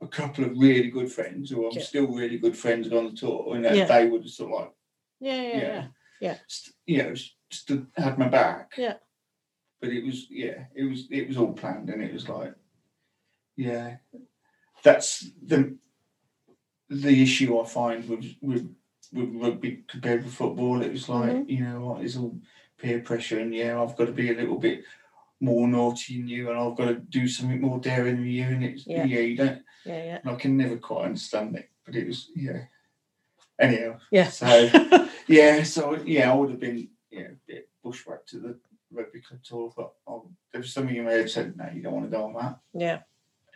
[SPEAKER 3] a couple of really good friends who I'm
[SPEAKER 2] Yeah.
[SPEAKER 3] still really good friends with on the tour, and that
[SPEAKER 2] Yeah.
[SPEAKER 3] they would have sort of like,
[SPEAKER 2] Yeah, yeah,
[SPEAKER 3] yeah,
[SPEAKER 2] yeah. yeah.
[SPEAKER 3] st- you know, stood, had my back.
[SPEAKER 2] Yeah.
[SPEAKER 3] But it was, yeah, it was, it was all planned, and it was like, yeah, that's the the issue I find with with with rugby compared with football. It was like,
[SPEAKER 2] Mm-hmm.
[SPEAKER 3] you know, what it's all peer pressure, and yeah, I've got to be a little bit more naughty than you, and I've got to do something more daring than you, and it's
[SPEAKER 2] Yeah.
[SPEAKER 3] yeah, you don't.
[SPEAKER 2] Yeah, yeah.
[SPEAKER 3] I can never quite understand it, but it was yeah. Anyhow,
[SPEAKER 2] Yeah.
[SPEAKER 3] so. Yeah, so yeah, I would have been yeah, a bit bushwhacked to the rugby club tour, but um, there was something in my head said, no, you don't want to go on that,
[SPEAKER 2] <laughs> yeah.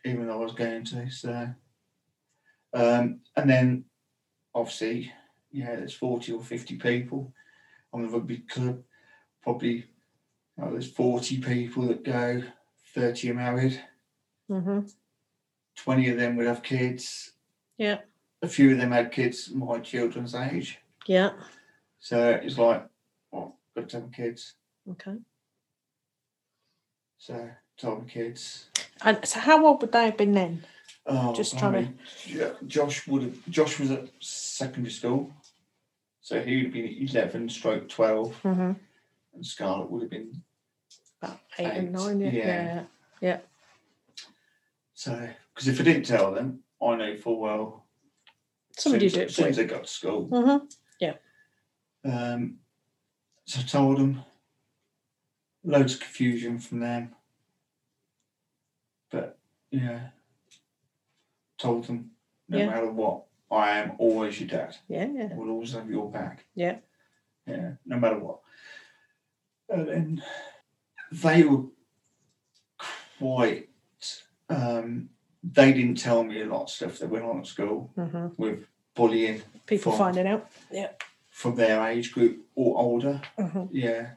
[SPEAKER 3] even though I was going to. So, um, and then obviously, yeah, there's 40 or 50 people on the rugby club, probably oh, there's 40 people that go, 30 are married,
[SPEAKER 2] hmm
[SPEAKER 3] 20 of them would have kids.
[SPEAKER 2] Yeah.
[SPEAKER 3] A few of them had kids my children's age.
[SPEAKER 2] Yeah.
[SPEAKER 3] So it's like, well, got to have kids.
[SPEAKER 2] Okay.
[SPEAKER 3] So Tom kids.
[SPEAKER 2] And so, how old would they have been then?
[SPEAKER 3] Oh,
[SPEAKER 2] Just trying
[SPEAKER 3] to. Josh would have. Josh was at secondary school, so he would have been eleven, stroke twelve,
[SPEAKER 2] Mm-hmm.
[SPEAKER 3] and Scarlett would have been.
[SPEAKER 2] About eight,
[SPEAKER 3] Eight,
[SPEAKER 2] and nine. Yeah.
[SPEAKER 3] yeah.
[SPEAKER 2] yeah.
[SPEAKER 3] So because if I didn't tell them, I know full well.
[SPEAKER 2] Somebody
[SPEAKER 3] soon
[SPEAKER 2] do
[SPEAKER 3] as-
[SPEAKER 2] it
[SPEAKER 3] soon
[SPEAKER 2] for
[SPEAKER 3] as
[SPEAKER 2] you.
[SPEAKER 3] they got to school.
[SPEAKER 2] Mm-hmm.
[SPEAKER 3] Um, so I told them, loads of confusion from them. But yeah, told them no
[SPEAKER 2] Yeah.
[SPEAKER 3] matter what, I am always your dad.
[SPEAKER 2] Yeah, yeah.
[SPEAKER 3] I will always have your back.
[SPEAKER 2] Yeah.
[SPEAKER 3] Yeah, no matter what. And then they were quite, um, they didn't tell me a lot of stuff that went on at school
[SPEAKER 2] hmm
[SPEAKER 3] with bullying
[SPEAKER 2] People
[SPEAKER 3] Fine.
[SPEAKER 2] finding out.
[SPEAKER 3] from their age group or older.
[SPEAKER 2] hmm
[SPEAKER 3] Yeah.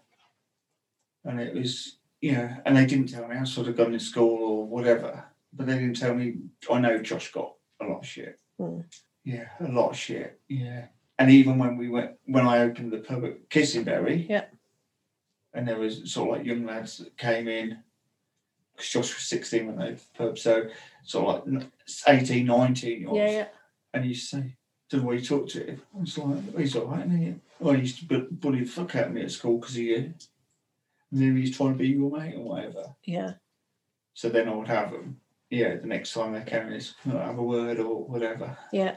[SPEAKER 3] And it was, you know, and they didn't tell me. I sort of gone to school or whatever, but they didn't tell me. I know Josh got a lot of shit.
[SPEAKER 2] Mm.
[SPEAKER 3] Yeah, a lot of shit. Yeah. And even when we went, when I opened the pub at Kissingberry,
[SPEAKER 2] Yeah.
[SPEAKER 3] And there was sort of like young lads that came in, because Josh was 16 when they opened the pub. So sort of like n- 18, 19 year olds.
[SPEAKER 2] Yeah, yeah.
[SPEAKER 3] And you say, to the way you talk to him, I was like, he's all right, isn't he? Well, he used to bu- bully the fuck out of me at school because of you. And then he's trying to be your mate or whatever.
[SPEAKER 2] Yeah.
[SPEAKER 3] So then I would have him, yeah, the next time they came, is have a word or whatever.
[SPEAKER 2] Yeah.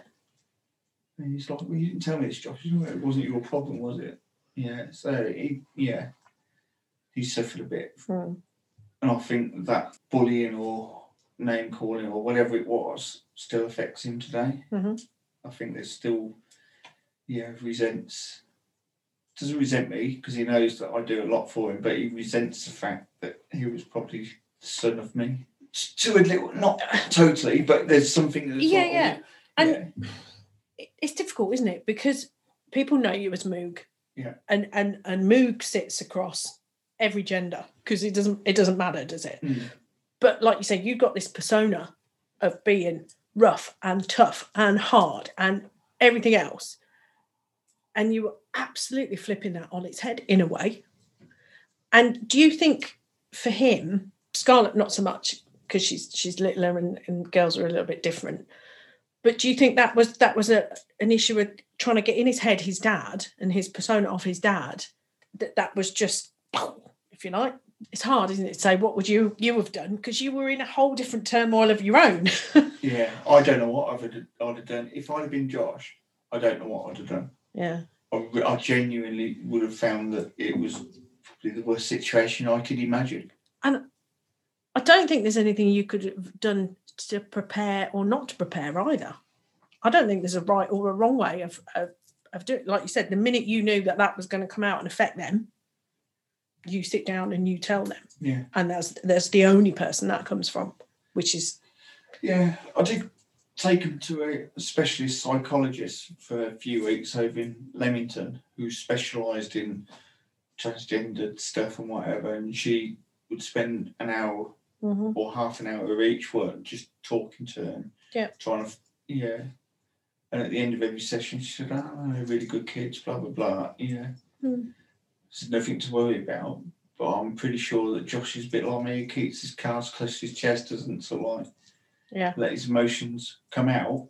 [SPEAKER 3] And he's like, well, you didn't tell me this, Josh. It wasn't your problem, was it? Yeah. So he, yeah, he suffered a bit
[SPEAKER 2] Mm.
[SPEAKER 3] and I think that bullying or name calling or whatever it was still affects him today.
[SPEAKER 2] Mhm.
[SPEAKER 3] I think there's still, yeah, resents. Doesn't resent me because he knows that I do a lot for him, but he resents the fact that he was probably the son of me. To a little, not totally, but there's something. That's
[SPEAKER 2] Yeah,
[SPEAKER 3] like, oh,
[SPEAKER 2] yeah.
[SPEAKER 3] yeah,
[SPEAKER 2] And- It- It's difficult, isn't it? Because people know you as Moog.
[SPEAKER 3] Yeah.
[SPEAKER 2] And and and Moog sits across every gender because it doesn't it doesn't matter, does it?
[SPEAKER 3] Mm.
[SPEAKER 2] But like you said, you've got this persona of being rough and tough and hard and everything else. And you were absolutely flipping that on its head in a way. And do you think for him, Scarlett not so much because she's she's littler and, and girls are a little bit different. But do you think that was that was a an issue with trying to get in his head his dad and his persona of his dad? That that was just if you like. It's hard, isn't it? To say what would you you have done because you were in a whole different turmoil of your own.
[SPEAKER 3] yeah. I don't know what I'd have, I'd have done if I'd have been Josh. I don't know what I'd have done.
[SPEAKER 2] yeah,
[SPEAKER 3] I, re- I genuinely would have found that it was probably the worst situation I could imagine.
[SPEAKER 2] I don't think there's anything you could have done to prepare or not to prepare either. I don't think there's a right or a wrong way of of, of doing. Like you said, the minute you knew that that was going to come out and affect them, you sit down and you tell them.
[SPEAKER 3] Yeah.
[SPEAKER 2] and that's that's the only person that comes from, which is
[SPEAKER 3] Yeah, I did take him to a specialist psychologist for a few weeks over in Leamington, who specialised in transgendered stuff and whatever. And she would spend an hour
[SPEAKER 2] Mm-hmm.
[SPEAKER 3] or half an hour each one just talking to him.
[SPEAKER 2] Yeah.
[SPEAKER 3] Trying to, yeah. And at the end of every session, she said, "Ah, they're really good kids, blah blah blah." Yeah.
[SPEAKER 2] Hmm.
[SPEAKER 3] There's nothing to worry about. But I'm pretty sure that Josh is a bit like me. He keeps his cards close to his chest, doesn't sort of like
[SPEAKER 2] Yeah.
[SPEAKER 3] let his emotions come out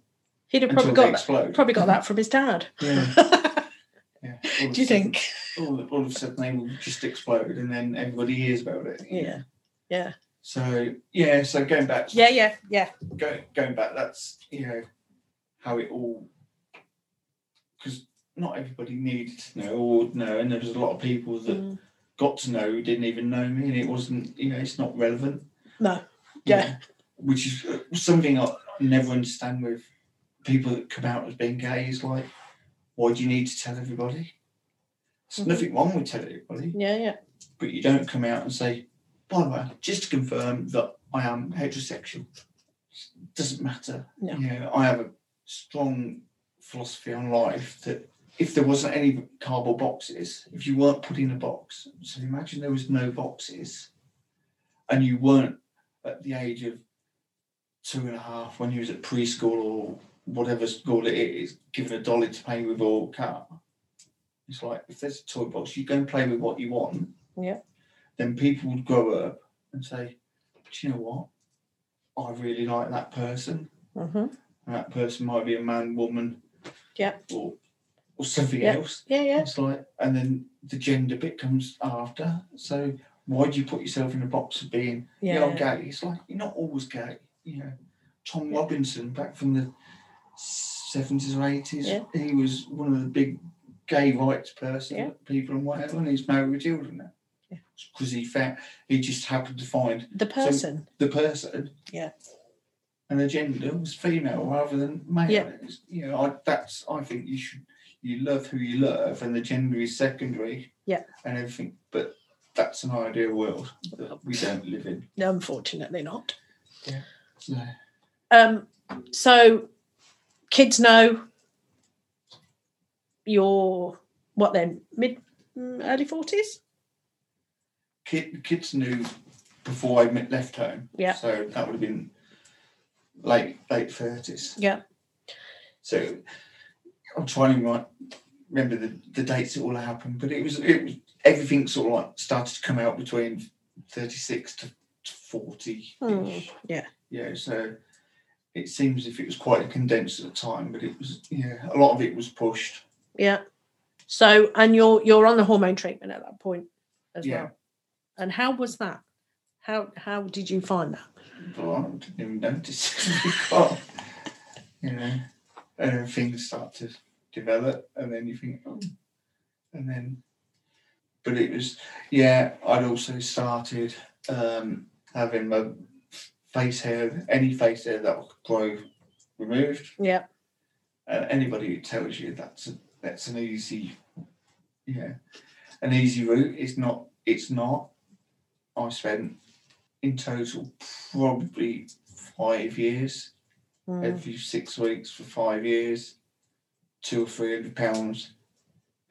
[SPEAKER 2] he'd have
[SPEAKER 3] until
[SPEAKER 2] probably got
[SPEAKER 3] they
[SPEAKER 2] that,
[SPEAKER 3] explode.
[SPEAKER 2] probably got that from his dad. <laughs>
[SPEAKER 3] Yeah,
[SPEAKER 2] Do
[SPEAKER 3] yeah. All of a
[SPEAKER 2] you
[SPEAKER 3] sudden-
[SPEAKER 2] think?
[SPEAKER 3] All, all of a sudden they will just explode, and then everybody hears about it.
[SPEAKER 2] Yeah, yeah,
[SPEAKER 3] So yeah, so going back,
[SPEAKER 2] <laughs> yeah, yeah, yeah.
[SPEAKER 3] go, going back, that's you know how it all because not everybody needed to know or know, and there was a lot of people that
[SPEAKER 2] Mm.
[SPEAKER 3] got to know who didn't even know me, and it wasn't you know it's not relevant.
[SPEAKER 2] No.
[SPEAKER 3] you
[SPEAKER 2] Yeah.
[SPEAKER 3] know, <laughs> Which is uh, something I never understand with people that come out as being gay is like, why do you need to tell everybody? There's
[SPEAKER 2] Mhm.
[SPEAKER 3] nothing wrong with telling everybody,
[SPEAKER 2] Yeah, yeah,
[SPEAKER 3] but you don't come out and say, by the way, just to confirm that I am heterosexual. Doesn't matter.
[SPEAKER 2] No.
[SPEAKER 3] You know, I have a strong philosophy on life that if there wasn't any cardboard boxes, if you weren't put in a box, so imagine there was no boxes, and you weren't at the age of two and a half when you was at preschool or whatever school it is, given a dolly to play with or car. It's like if there's a toy box, you go and play with what you want.
[SPEAKER 2] Yeah.
[SPEAKER 3] Then people would grow up and say, Do you know what? I really like that person.
[SPEAKER 2] hmm
[SPEAKER 3] And that person might be a man, woman,
[SPEAKER 2] Yeah.
[SPEAKER 3] or or something
[SPEAKER 2] Yeah.
[SPEAKER 3] else.
[SPEAKER 2] yeah, yeah.
[SPEAKER 3] It's like, and then the gender bit comes after. So why do you put yourself in a box of being yeah. I'm
[SPEAKER 2] Yeah,
[SPEAKER 3] gay. It's like you're not always gay. You know, Tom Robinson back from the seventies or eighties,
[SPEAKER 2] Yeah.
[SPEAKER 3] he was one of the big gay rights person
[SPEAKER 2] Yeah.
[SPEAKER 3] people and whatever, and he's married with children now.
[SPEAKER 2] Yeah.
[SPEAKER 3] because he found he just happened to find
[SPEAKER 2] The person.
[SPEAKER 3] the person.
[SPEAKER 2] Yeah.
[SPEAKER 3] And the gender was female rather than male.
[SPEAKER 2] Yeah.
[SPEAKER 3] It's- You know, I, that's I think you should you love who you love, and the gender is secondary.
[SPEAKER 2] Yeah.
[SPEAKER 3] And everything, but that's an ideal world that we don't live in.
[SPEAKER 2] No, unfortunately not.
[SPEAKER 3] So,
[SPEAKER 2] Um, so kids know your what then mid mm, early forties.
[SPEAKER 3] kid, kids knew before I met, left home.
[SPEAKER 2] Yeah.
[SPEAKER 3] So that would have been late late thirties.
[SPEAKER 2] Yeah.
[SPEAKER 3] So I'm trying to remember- remember the, the dates it all happened, but it was it was everything sort of like started to come out between thirty six to forty.
[SPEAKER 2] Hmm, yeah.
[SPEAKER 3] Yeah. So it seems if it was quite condensed at the time, but it was yeah a lot of it was pushed.
[SPEAKER 2] Yeah. So and you're you're on the hormone treatment at that point as
[SPEAKER 3] Yeah.
[SPEAKER 2] well. And how was that? How how did you find that?
[SPEAKER 3] But I didn't even notice. <laughs> Oh, you know, and then things start to develop, and then you think, oh, and then, but it was, yeah. I'd also started um, having my face hair, any face hair that I could grow, removed.
[SPEAKER 2] Yeah.
[SPEAKER 3] And Uh, anybody who tells you that's a, that's an easy, yeah, an easy route, it's not. It's not. I spent in total probably five years
[SPEAKER 2] Hmm.
[SPEAKER 3] every six weeks for five years, two or three hundred pounds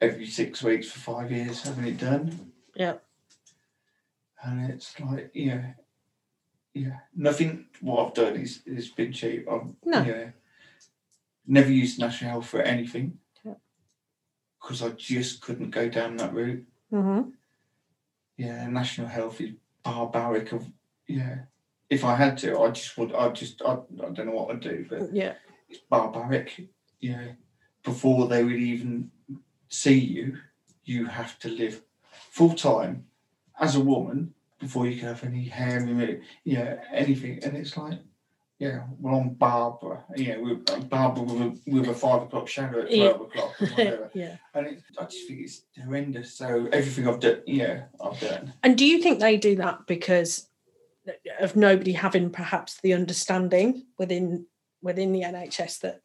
[SPEAKER 3] every six weeks for five years, having it done.
[SPEAKER 2] Yep.
[SPEAKER 3] And it's like, yeah, yeah, nothing what I've done is, is been cheap. I've,
[SPEAKER 2] No.
[SPEAKER 3] Yeah, never used National Health for anything
[SPEAKER 2] Yep.
[SPEAKER 3] because I just couldn't go down that route.
[SPEAKER 2] Mhm.
[SPEAKER 3] Yeah, National Health is barbaric of, yeah. If I had to, I just would, I just, I, I don't know what I'd do, but
[SPEAKER 2] Yeah.
[SPEAKER 3] it's barbaric. You know, before they would even see you, you have to live full time as a woman before you can have any hair removed, you know, anything. And it's like, yeah, well, I'm Barbara. You know, we're I'm Barbara with a, with a five o'clock shadow at
[SPEAKER 2] Yeah.
[SPEAKER 3] twelve o'clock. Or whatever.
[SPEAKER 2] yeah.
[SPEAKER 3] and it, I just think it's horrendous. So everything I've done, yeah, I've done.
[SPEAKER 2] And do you think they do that because of nobody having perhaps the understanding within within the NHS that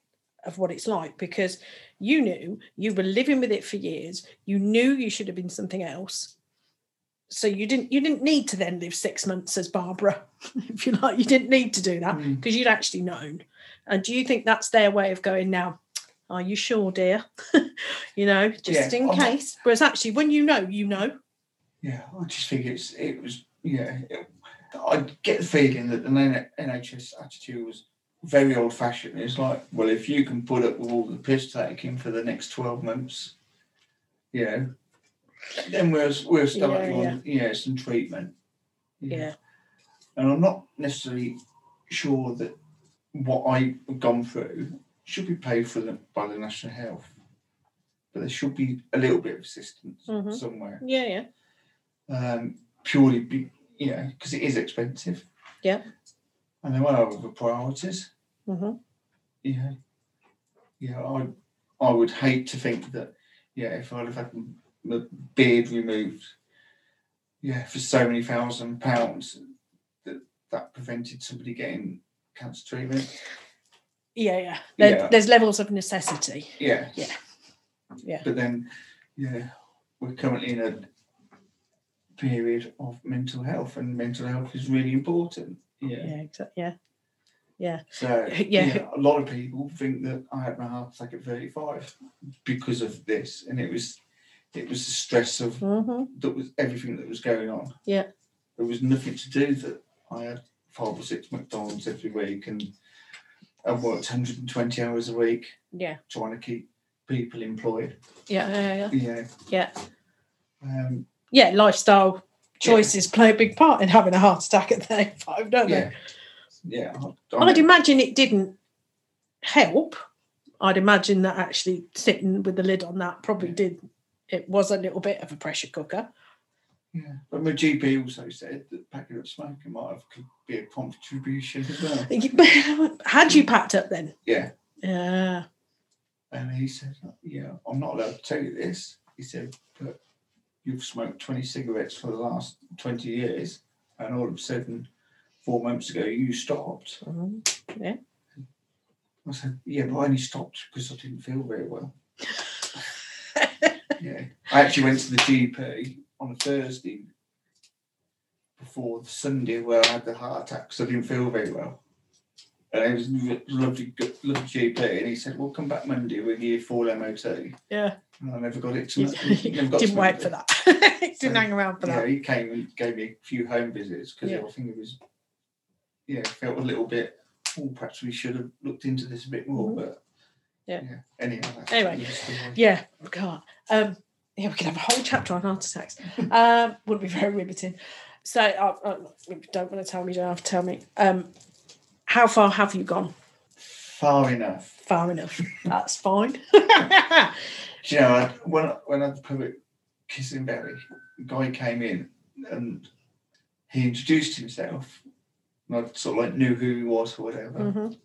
[SPEAKER 2] of what it's like? Because you knew you were living with it for years, you knew you should have been something else. So you didn't you didn't need to then live six months as Barbara, <laughs> if you like. You didn't need to do that
[SPEAKER 3] Mm.
[SPEAKER 2] because you'd actually known. And do you think that's their way of going now? Are you sure, dear? <laughs> you know, just
[SPEAKER 3] Yeah,
[SPEAKER 2] in
[SPEAKER 3] I'm not-
[SPEAKER 2] case. Whereas actually, when you know, you know.
[SPEAKER 3] Yeah, I just think it's it was yeah. It, I get the feeling that the N- NHS attitude was very old fashioned. It's like, well, if you can put up with all the piss taking for the next twelve months, you know, then we'll we'll start
[SPEAKER 2] Yeah,
[SPEAKER 3] you on yeah some treatment. you know.
[SPEAKER 2] Yeah.
[SPEAKER 3] and I'm not necessarily sure that what I've gone through should be paid for the, by the National Health, but there should be a little bit of assistance
[SPEAKER 2] Mhm.
[SPEAKER 3] somewhere
[SPEAKER 2] Yeah, yeah.
[SPEAKER 3] um, purely, be, you know, because it is expensive.
[SPEAKER 2] Yeah.
[SPEAKER 3] And there were other priorities.
[SPEAKER 2] Mm-hmm.
[SPEAKER 3] Yeah. Yeah, I, I would hate to think that, yeah, if I'd have had m- my beard removed, yeah, for so many thousand pounds, that that prevented somebody getting cancer treatment.
[SPEAKER 2] Yeah, yeah. There,
[SPEAKER 3] Yeah.
[SPEAKER 2] There's levels of necessity.
[SPEAKER 3] Yeah.
[SPEAKER 2] Yeah. Yeah.
[SPEAKER 3] But then, yeah, we're currently in a period of mental health, and mental health is really important. Yeah.
[SPEAKER 2] Yeah, exactly. Yeah.
[SPEAKER 3] So
[SPEAKER 2] <laughs> Yeah.
[SPEAKER 3] yeah. a lot of people think that I had my heart attack at 35 because of this, and it was it was the stress of
[SPEAKER 2] Mm-hmm.
[SPEAKER 3] that was everything that was going on.
[SPEAKER 2] Yeah.
[SPEAKER 3] there was nothing to do that I had five or six McDonald's every week, and I worked 120 hours a week
[SPEAKER 2] Yeah.
[SPEAKER 3] trying to keep people employed.
[SPEAKER 2] Yeah, yeah, yeah.
[SPEAKER 3] Yeah,
[SPEAKER 2] Yeah.
[SPEAKER 3] um,
[SPEAKER 2] Yeah, lifestyle choices play a big part in having a heart attack at <laughs> 35, don't
[SPEAKER 3] yeah,
[SPEAKER 2] they?
[SPEAKER 3] yeah. I, I
[SPEAKER 2] I'd imagine it didn't help. I'd imagine that actually sitting with the lid on that probably
[SPEAKER 3] Yeah.
[SPEAKER 2] did. It was a little bit of a pressure cooker. <laughs>
[SPEAKER 3] yeah. But my GP also said that packing up smoking might have could be a contribution as well.
[SPEAKER 2] Had you packed up then?
[SPEAKER 3] Yeah.
[SPEAKER 2] Yeah.
[SPEAKER 3] "Oh, And he said, Yeah, I'm not allowed to tell you this. He said, But you've smoked 20 cigarettes for the last 20 years, and all of a sudden, four months ago, you stopped.
[SPEAKER 2] Mm-hmm. yeah.
[SPEAKER 3] I said, Yeah, but I only stopped because I didn't feel
[SPEAKER 2] <laughs>
[SPEAKER 3] very well. yeah. I actually went to the GP on a Thursday before the Sunday where I had the heart attack because I didn't feel very well. And it was a lovely, good- lovely GP, and he said, "Well, come back Monday with your full MOT."
[SPEAKER 2] Yeah.
[SPEAKER 3] And I never got
[SPEAKER 2] <laughs>
[SPEAKER 3] it. To,
[SPEAKER 2] You
[SPEAKER 3] never got
[SPEAKER 2] didn't
[SPEAKER 3] to
[SPEAKER 2] wait
[SPEAKER 3] Monday.
[SPEAKER 2] for that. <laughs> Didn't
[SPEAKER 3] So,
[SPEAKER 2] hang around for
[SPEAKER 3] Yeah,
[SPEAKER 2] that.
[SPEAKER 3] he came and gave me a few home visits because
[SPEAKER 2] Yeah.
[SPEAKER 3] I think it was, yeah, felt a little bit. Oh, perhaps we should have looked into this a bit more,
[SPEAKER 2] Mhm.
[SPEAKER 3] but
[SPEAKER 2] Yeah.
[SPEAKER 3] Anyway. that's-
[SPEAKER 2] Anyway.
[SPEAKER 3] that's the way.
[SPEAKER 2] Yeah, God. Um, yeah, we could have a whole chapter on heart attacks. Um, <laughs> would be very riveting. So, uh, uh, if you don't want to tell me, you don't have to tell me. Um, how far have you gone?
[SPEAKER 3] Far enough.
[SPEAKER 2] Far enough. That's fine. <laughs>
[SPEAKER 3] Do you know, I, when I- when I had the public kissing belly, a guy came in and he introduced himself, and I sort of like knew who he was or whatever,
[SPEAKER 2] Mhm.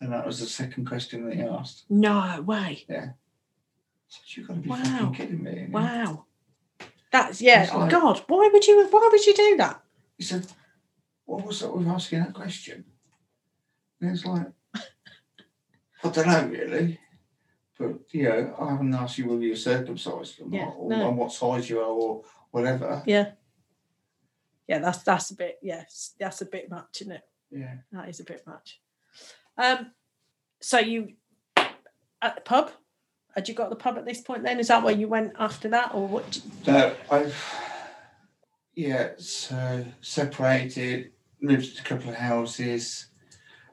[SPEAKER 3] and that was the second question that he asked.
[SPEAKER 2] No way.
[SPEAKER 3] I said, "You've got to be
[SPEAKER 2] Wow.
[SPEAKER 3] fucking kidding me!" And he-
[SPEAKER 2] Wow. That's yeah. oh
[SPEAKER 3] It's like-
[SPEAKER 2] God, why would you? Why would you do that?
[SPEAKER 3] He said, What was that with asking that question? And it's like, I don't know really. But you know, I haven't asked you whether you're circumcised or
[SPEAKER 2] Yeah,
[SPEAKER 3] not, or
[SPEAKER 2] no.
[SPEAKER 3] and what size you are or whatever.
[SPEAKER 2] Yeah, that's that's a bit. Yes, that's a bit much, isn't it?
[SPEAKER 3] Yeah.
[SPEAKER 2] That is a bit much. Um, so you at the pub? Had you got the pub at this point? Then is that where you went after that, or what? d-
[SPEAKER 3] So I've yeah, so separated, moved to a couple of houses,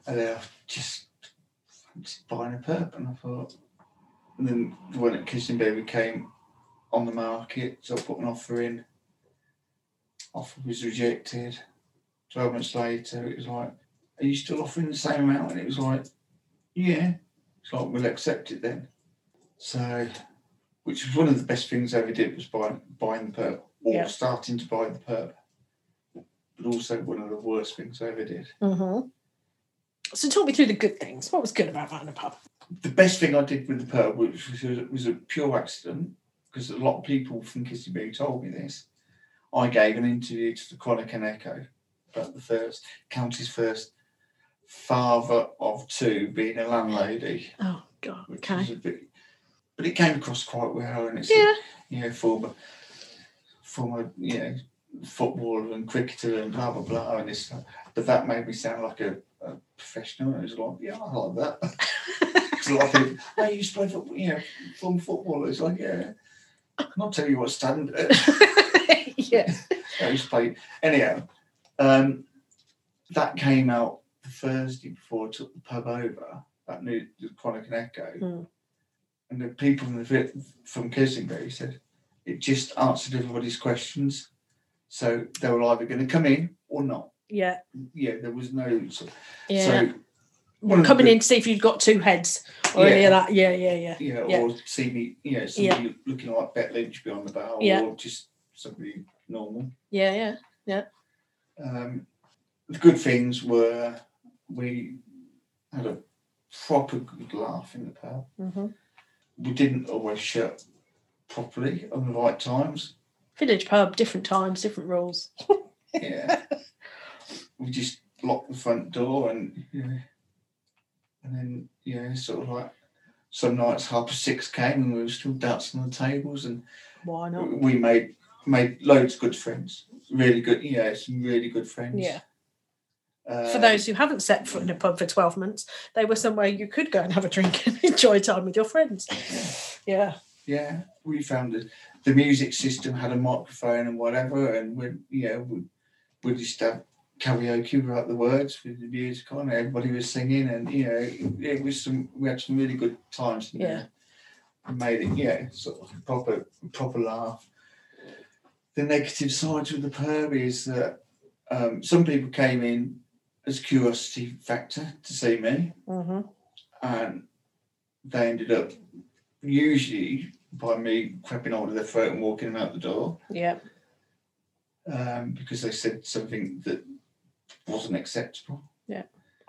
[SPEAKER 3] and then I just fancied buying a pub and I thought and then the one at Kissing Baby came on the market, so I put an offer in. Offer was rejected. Twelve months later it was like, Are you still offering the same amount? And it was like, Yeah. It's like we'll accept it then. So which was one of the best things I ever did was buying buying the pub or
[SPEAKER 2] Yeah.
[SPEAKER 3] starting to buy the pub. But also one of the worst things I ever did.
[SPEAKER 2] Mm-hmm. So talk me through the good things. What was good about that in a pub?
[SPEAKER 3] The best thing I did with the pub, which was a, was a pure accident, because a lot of people from Kissy Boo told me this. I gave an interview to the Chronic and Echo about the first county's first father of two being a landlady,
[SPEAKER 2] Oh God.
[SPEAKER 3] which was
[SPEAKER 2] Okay.
[SPEAKER 3] a bit. But it came across quite well, and it's a-
[SPEAKER 2] Yeah.
[SPEAKER 3] you know, former, former, you know, footballer and cricketer and blah blah blah and this stuff. But that made me sound like a, a professional. And it was like, yeah, I like that. <laughs> it's like, oh, you used to play football, you know, former footballer. It's like, yeah. I'll tell you what stand
[SPEAKER 2] <laughs> yeah.
[SPEAKER 3] I used to play. Anyhow, um, that came out the Thursday before I took the pub over. That new the Chronic and Echo,
[SPEAKER 2] Mm.
[SPEAKER 3] and the people from the vi- from Kissingbury said it just answered everybody's questions. So they were either going to come in or not.
[SPEAKER 2] Yeah.
[SPEAKER 3] Yeah, there was no. So,
[SPEAKER 2] Yeah.
[SPEAKER 3] so one of the
[SPEAKER 2] Coming
[SPEAKER 3] big-
[SPEAKER 2] in to see if you've got two heads or any of that. Yeah. Yeah. Yeah.
[SPEAKER 3] Yeah,
[SPEAKER 2] Yeah.
[SPEAKER 3] or see me, you know, somebody looking like Bet Lynch behind the bar,
[SPEAKER 2] Yeah.
[SPEAKER 3] or just somebody normal.
[SPEAKER 2] Yeah. Yeah.
[SPEAKER 3] Um, the good things were we had a proper good laugh in the pub.
[SPEAKER 2] hmm
[SPEAKER 3] We didn't always shut properly on the right times.
[SPEAKER 2] Village pub, different times, different rules. <laughs>
[SPEAKER 3] Yeah. we just locked the front door and yeah. and then yeah, sort of like some nights half past six came and we were still dancing on the tables and
[SPEAKER 2] Why not?
[SPEAKER 3] we made made loads of good friends. Really good yeah, some really good friends.
[SPEAKER 2] Yeah.
[SPEAKER 3] Uh,
[SPEAKER 2] for those who haven't set foot in a pub for 12 months, they were somewhere you could go and have a drink and <laughs> enjoy time with your friends. Yeah.
[SPEAKER 3] Yeah, we found that the music system had a microphone and whatever, and we, you know, we, we just have karaoke without the words with the music on. Everybody was singing, and you know, it, it was some. We had some really good times. in there. We made it, yeah, sort of proper proper laugh. The negative sides with the pub is that um, some people came in as curiosity factor to see me
[SPEAKER 2] hmm
[SPEAKER 3] Mm-hmm. and they ended up usually by me crapping hold of their throat and walking them out the door
[SPEAKER 2] Yeah.
[SPEAKER 3] um, because they said something that wasn't acceptable.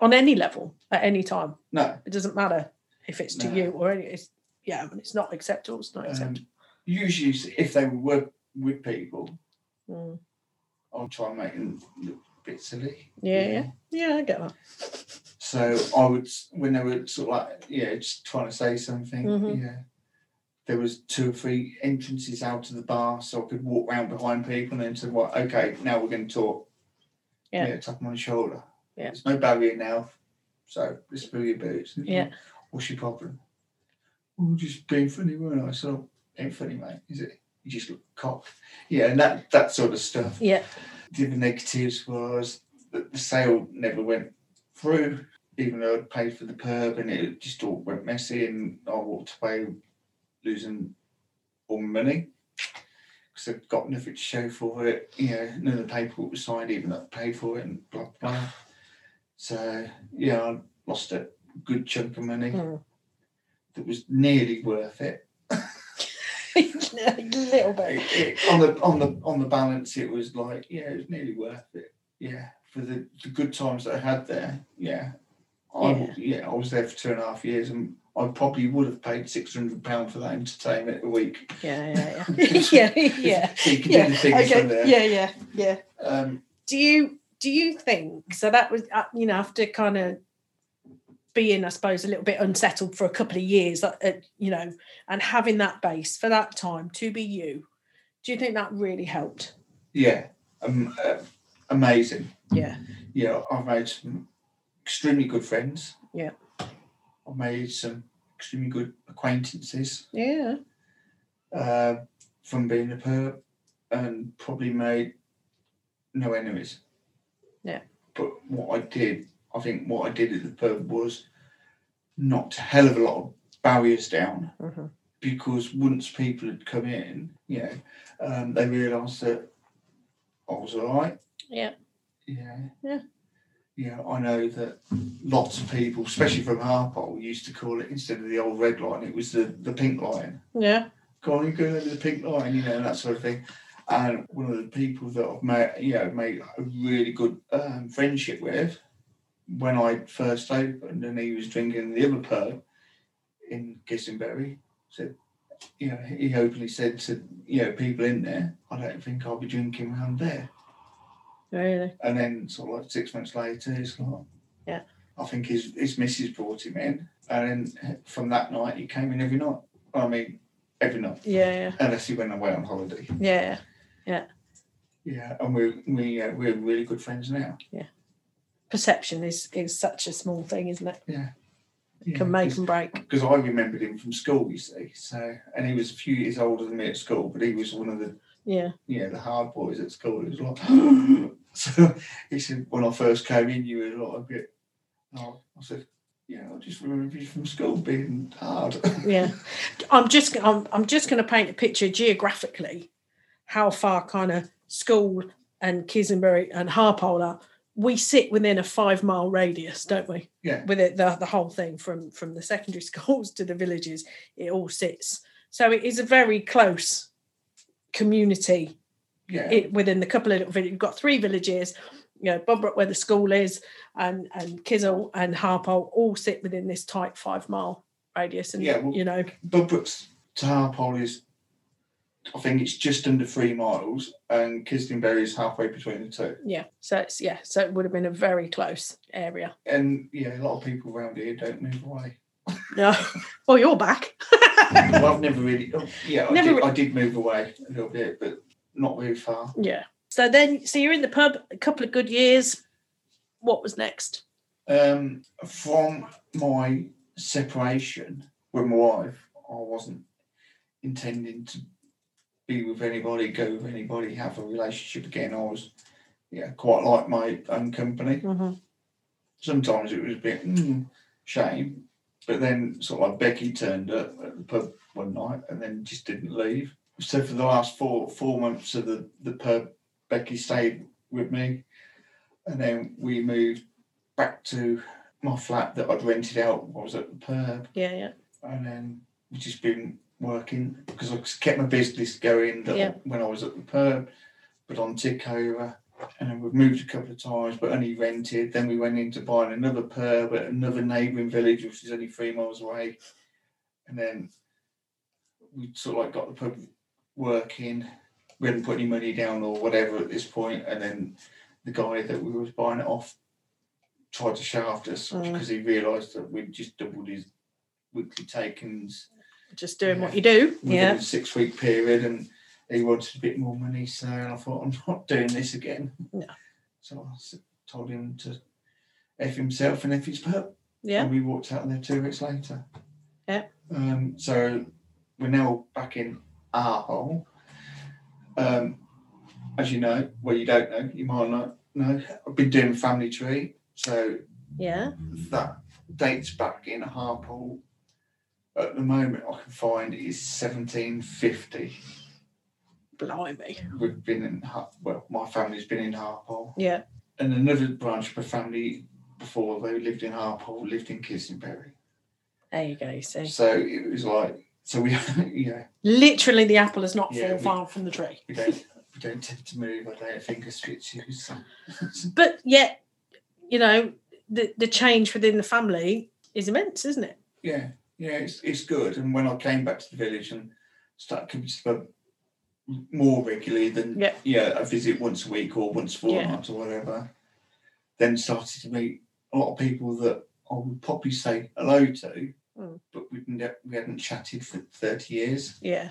[SPEAKER 2] On any level, at any time.
[SPEAKER 3] No,
[SPEAKER 2] It doesn't matter if it's to
[SPEAKER 3] No.
[SPEAKER 2] you or any. It's, yeah, it's not acceptable. It's not
[SPEAKER 3] um,
[SPEAKER 2] acceptable.
[SPEAKER 3] usually s- if they were with people.
[SPEAKER 2] Mm.
[SPEAKER 3] I'll try and make them look a bit silly.
[SPEAKER 2] Yeah, yeah, yeah. I get that.
[SPEAKER 3] So I would, when they were sort of like, yeah, just trying to say something,
[SPEAKER 2] Mhm.
[SPEAKER 3] yeah. There was two or three entrances out of the bar, so I could walk round behind people and then say, "Well, okay, now we're going to talk."
[SPEAKER 2] Yeah.
[SPEAKER 3] tap them on the shoulder.
[SPEAKER 2] Yeah.
[SPEAKER 3] There's no barrier now, so let's spill your boots.
[SPEAKER 2] Yeah.
[SPEAKER 3] What's your problem? Oh, just being funny, weren't I? So ain't funny, mate. Is it? You just look cock. Yeah, and that that sort of stuff
[SPEAKER 2] Yeah,
[SPEAKER 3] the other negatives was that the sale never went through, even though I'd paid for the pub and it just all went messy and I walked away losing all my money because I'd got nothing to show for it. You know, none of the paperwork was signed, even though I paid for it and blah, blah. So, yeah, I lost a good chunk of money
[SPEAKER 2] Mm.
[SPEAKER 3] that was nearly worth it.
[SPEAKER 2] Mm. <laughs> a little bit.
[SPEAKER 3] it, it- on the on the on the balance, it was like yeah, it was nearly worth it. Yeah, for the, the good times that I had there. Yeah, I yeah. yeah I was there for two and a half years, and I probably would have paid six hundred pound for that entertainment a week. <laughs>
[SPEAKER 2] Yeah, yeah, <laughs> yeah, yeah, yeah.
[SPEAKER 3] so you can
[SPEAKER 2] Yeah,
[SPEAKER 3] do the things from there.
[SPEAKER 2] Okay. Yeah, yeah, yeah.
[SPEAKER 3] Um,
[SPEAKER 2] do you do you think so that was uh, you know after kind of being i suppose a little bit unsettled for a couple of years uh, uh, you know and having that base for that time to be you do you think that really helped
[SPEAKER 3] yeah, um, uh, amazing.
[SPEAKER 2] yeah
[SPEAKER 3] yeah, I've made some extremely good friends.
[SPEAKER 2] Yeah.
[SPEAKER 3] I've made some extremely good acquaintances.
[SPEAKER 2] yeah
[SPEAKER 3] uh, from being a perp and probably made no enemies.
[SPEAKER 2] Yeah.
[SPEAKER 3] But what I did, I think what I did at the pub was knocked a hell of a lot of barriers down
[SPEAKER 2] Mhm.
[SPEAKER 3] because once people had come in, you know, um, they realised that I was all right.
[SPEAKER 2] Yeah.
[SPEAKER 3] Yeah.
[SPEAKER 2] Yeah.
[SPEAKER 3] Yeah, I know that lots of people, especially from Harpole, used to call it instead of the old red line, it was the, the pink line
[SPEAKER 2] yeah
[SPEAKER 3] go on, you go over the pink line, you know, oh, and that sort of thing. And one of the people that I've made, you know, made a really good um, friendship with when I first opened, and he was drinking the other pub in Gissenberry, said, you know, he openly said to, you know, people in there, I don't think I'll be drinking round there.
[SPEAKER 2] really
[SPEAKER 3] And then sort of like six months later, it's like,
[SPEAKER 2] Yeah.
[SPEAKER 3] I think his his missus brought him in, and then from that night he came in every night. I mean, every night
[SPEAKER 2] yeah
[SPEAKER 3] unless he went away on holiday.
[SPEAKER 2] yeah yeah
[SPEAKER 3] Yeah, and we're we uh, we're really good friends now.
[SPEAKER 2] perception is is such a small thing isn't it
[SPEAKER 3] Yeah,
[SPEAKER 2] can make and break
[SPEAKER 3] because I remembered him from school, you see. So and he was a few years older than me at school, but he was one of the
[SPEAKER 2] yeah
[SPEAKER 3] you know the hard boys at school. He was like, <gasps> so he said when I first came in, you were like a bit. Oh, I said, yeah, I just remember you from school being hard. <laughs>
[SPEAKER 2] yeah i'm just i'm, I'm just going to paint a picture geographically how far kind of school and kissenbury and harpole are we sit within a five mile radius don't we
[SPEAKER 3] Yeah.
[SPEAKER 2] with it the, the whole thing from from the secondary <laughs> schools to the villages it all sits so it is a very close community
[SPEAKER 3] yeah,
[SPEAKER 2] it, within the couple of little villages. You've got three villages, you know, Bobrot where the school is, and and Kizzle and Harpole all sit within this tight five mile radius, and
[SPEAKER 3] Yeah, well-
[SPEAKER 2] you know,
[SPEAKER 3] Bob Brooks to Harpole is, I think it's just under three miles, and Kisdenberry is halfway between the two.
[SPEAKER 2] yeah. So it's yeah, so it would have been a very close area.
[SPEAKER 3] And yeah, a lot of people around here don't
[SPEAKER 2] <laughs>
[SPEAKER 3] move away.
[SPEAKER 2] No, well, you're back.
[SPEAKER 3] well, I've never really, oh, yeah, I,
[SPEAKER 2] Never
[SPEAKER 3] did,
[SPEAKER 2] re-
[SPEAKER 3] I did move away a little bit, but not very far.
[SPEAKER 2] Yeah. So then, so you're in the pub a couple of good years. What was next?
[SPEAKER 3] Um, from my separation with my wife, I wasn't intending to be with anybody, go with anybody, have a relationship again. I was, yeah, quite like my own company.
[SPEAKER 2] Mm-hmm.
[SPEAKER 3] Sometimes it was a bit mm, shame, but then sort of like Becky turned up at the pub one night and then just didn't leave. So for the last four four months of the the pub, Becky stayed with me, and then we moved back to my flat that I'd rented out while I was at the pub,
[SPEAKER 2] Yeah, yeah,
[SPEAKER 3] and then we've just been working because I kept my business going that
[SPEAKER 2] Yeah.
[SPEAKER 3] when I was at the pub, but on Tickover. And then we've moved a couple of times, but only rented. Then we went into buying another pub at another neighbouring village, which is only three miles away. And then we sort of like got the pub working, we hadn't put any money down or whatever at this point, and then the guy that we was buying it off tried to shaft us
[SPEAKER 2] Mm.
[SPEAKER 3] because he realised that we'd just doubled his weekly takings
[SPEAKER 2] Just doing what you do.
[SPEAKER 3] within
[SPEAKER 2] yeah.
[SPEAKER 3] a six week period, and he wanted a bit more money. So I thought, <laughs> I'm not doing this again.
[SPEAKER 2] No.
[SPEAKER 3] So I s- told him to f himself and f his pup.
[SPEAKER 2] Yeah.
[SPEAKER 3] And we walked out there two weeks later.
[SPEAKER 2] Yeah.
[SPEAKER 3] Um, so we're now back in our hole. Um, as you know, well, you don't know, you might not know. I've been doing family tree, so
[SPEAKER 2] Yeah.
[SPEAKER 3] that dates back in Harpole. At the moment, I can find is 1750.
[SPEAKER 2] Blimey.
[SPEAKER 3] We've been in, Har- well, my family's been in Harpole.
[SPEAKER 2] Yeah.
[SPEAKER 3] And another branch of the family before they lived in Harpole lived in Kissenberry.
[SPEAKER 2] There you go. You see.
[SPEAKER 3] So it was like, so we, <laughs> yeah,
[SPEAKER 2] Literally, the apple is not
[SPEAKER 3] Yeah,
[SPEAKER 2] fall
[SPEAKER 3] we-
[SPEAKER 2] far from the tree.
[SPEAKER 3] we don't, we don't tend to move. I don't think it's fits you. So.
[SPEAKER 2] But yet, you know, the, the change within the family is immense, isn't it?
[SPEAKER 3] Yeah, yeah, it's it's good. And when I came back to the village and started coming to the pub more regularly than
[SPEAKER 2] Yeah.
[SPEAKER 3] a visit once a week or once a
[SPEAKER 2] Yeah.
[SPEAKER 3] fortnight or whatever, then started to meet a lot of people that I would probably say hello to,
[SPEAKER 2] Mm.
[SPEAKER 3] but we'd ne- we hadn't chatted for thirty years.
[SPEAKER 2] Yeah.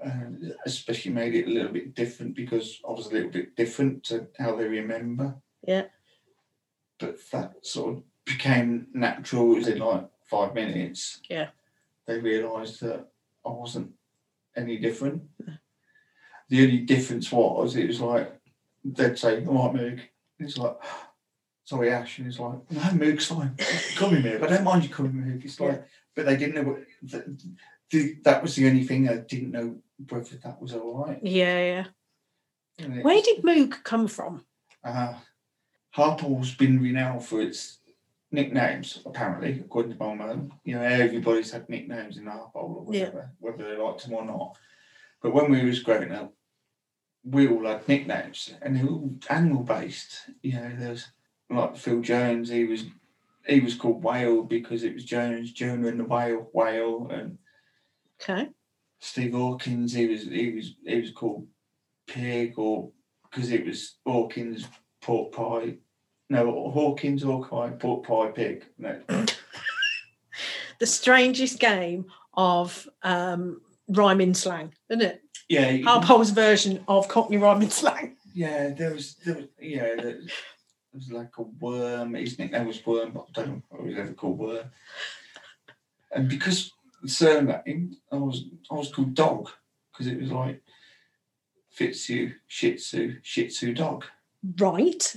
[SPEAKER 3] and especially made it a little bit different because I was a little bit different to how they remember.
[SPEAKER 2] Yeah.
[SPEAKER 3] But that sort of became natural within like five minutes.
[SPEAKER 2] Yeah.
[SPEAKER 3] They realised that I wasn't any different. The only difference was it was like they'd say, All right, Moog. And it's like, <gasps> sorry, Ash. And it's like, no, Moog's fine. Call me Moog. I don't mind you calling me Moog. It's like, but they didn't know what, the, the, that was the only thing I didn't know whether that was all right.
[SPEAKER 2] Yeah. Yeah.
[SPEAKER 3] And it
[SPEAKER 2] Where
[SPEAKER 3] was-
[SPEAKER 2] did Moog come from?
[SPEAKER 3] Uh, Harpole's been renowned for its nicknames, apparently, according to my mum. You know, everybody's had nicknames in Harpole or
[SPEAKER 2] Yeah.
[SPEAKER 3] whatever, whether they liked them or not. But when we was growing up, we all had nicknames and they were all animal based. You know, there's like Phil Jones, he was he was called Whale because it was Jones, Jonah and the Whale, Whale, and
[SPEAKER 2] Okay.
[SPEAKER 3] Steve Hawkins. He was he was he was called Pig or because it was Hawkins pork pie. No, Hawkins pork pie, pork pie pig. No,
[SPEAKER 2] The strangest game of um, rhyming slang, isn't it?
[SPEAKER 3] yeah, you-
[SPEAKER 2] Harpole's version of Cockney rhyming slang.
[SPEAKER 3] yeah. There was there was yeah. There there was like a worm. His nickname was Worm, but I don't know what he was ever called Worm. And because the surname, I was I was called Dog because it was like Fitzu, Shih Tzu, Shih Tzu Dog.
[SPEAKER 2] Right.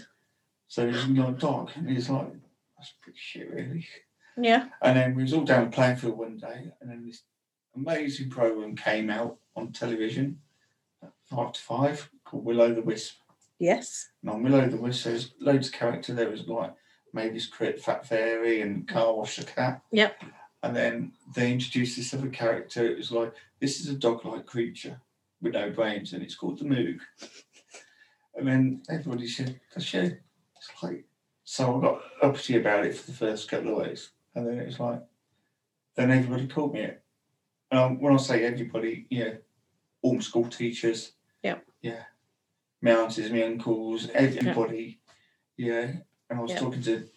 [SPEAKER 3] So he's like dog, and he's like, that's pretty shit, really.
[SPEAKER 2] Yeah.
[SPEAKER 3] And then we was all down Plainfield one day, and then this amazing program came out on television at five to five called Willow the Wisp.
[SPEAKER 2] Yes.
[SPEAKER 3] And on Willow the Wisp, there's loads of character. There was like Mavis Crit, Fat Fairy, and Car Wash the Cat.
[SPEAKER 2] Yep.
[SPEAKER 3] And then they introduced this other character. It was like, this is a dog like creature with no brains, and it's called the Moog. And then everybody said, that's you. It's like, so I got uppity about it for the first couple of weeks. And then it was like, then everybody called me it. And um, when I say everybody, yeah, all my school teachers.
[SPEAKER 2] Yep.
[SPEAKER 3] Yeah. My aunties, my uncles, everybody. Yeah. And I was
[SPEAKER 2] Yep.
[SPEAKER 3] talking to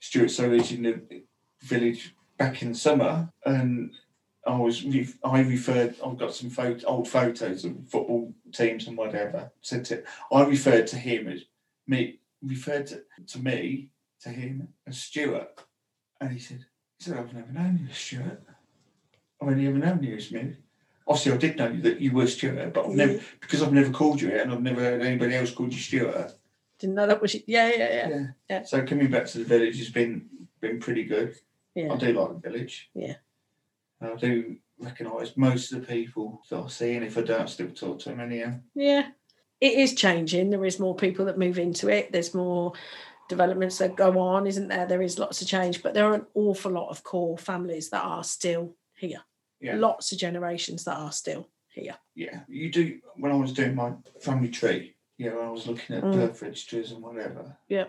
[SPEAKER 3] Stuart Surridge in the village back in the summer. And I was, re- I referred, I've got some photo, old photos of football teams and whatever. Said to, I referred to him as me, referred to, to me, to him as Stuart. And he said, he said, I've never known you as Stuart. I've only ever known you as me. Obviously, I did know that you were Stuart, but I've never, because I've never called you it and I've never heard anybody else called you Stuart.
[SPEAKER 2] Didn't know that was. Yeah. Yeah. Yeah. yeah.
[SPEAKER 3] So coming back to the village has been been pretty good.
[SPEAKER 2] Yeah.
[SPEAKER 3] I do like the village.
[SPEAKER 2] Yeah.
[SPEAKER 3] And I do recognise most of the people that I see, and if I don't, I still talk to them anyhow.
[SPEAKER 2] Yeah. It is changing. There is more people that move into it. There's more developments that go on, isn't there? There is lots of change, but there are an awful lot of core families that are still here.
[SPEAKER 3] Yeah.
[SPEAKER 2] Lots of generations that are still here.
[SPEAKER 3] Yeah, you do. When I was doing my family tree, yeah, when I was looking at
[SPEAKER 2] Mm.
[SPEAKER 3] birth registers and whatever,
[SPEAKER 2] Yeah.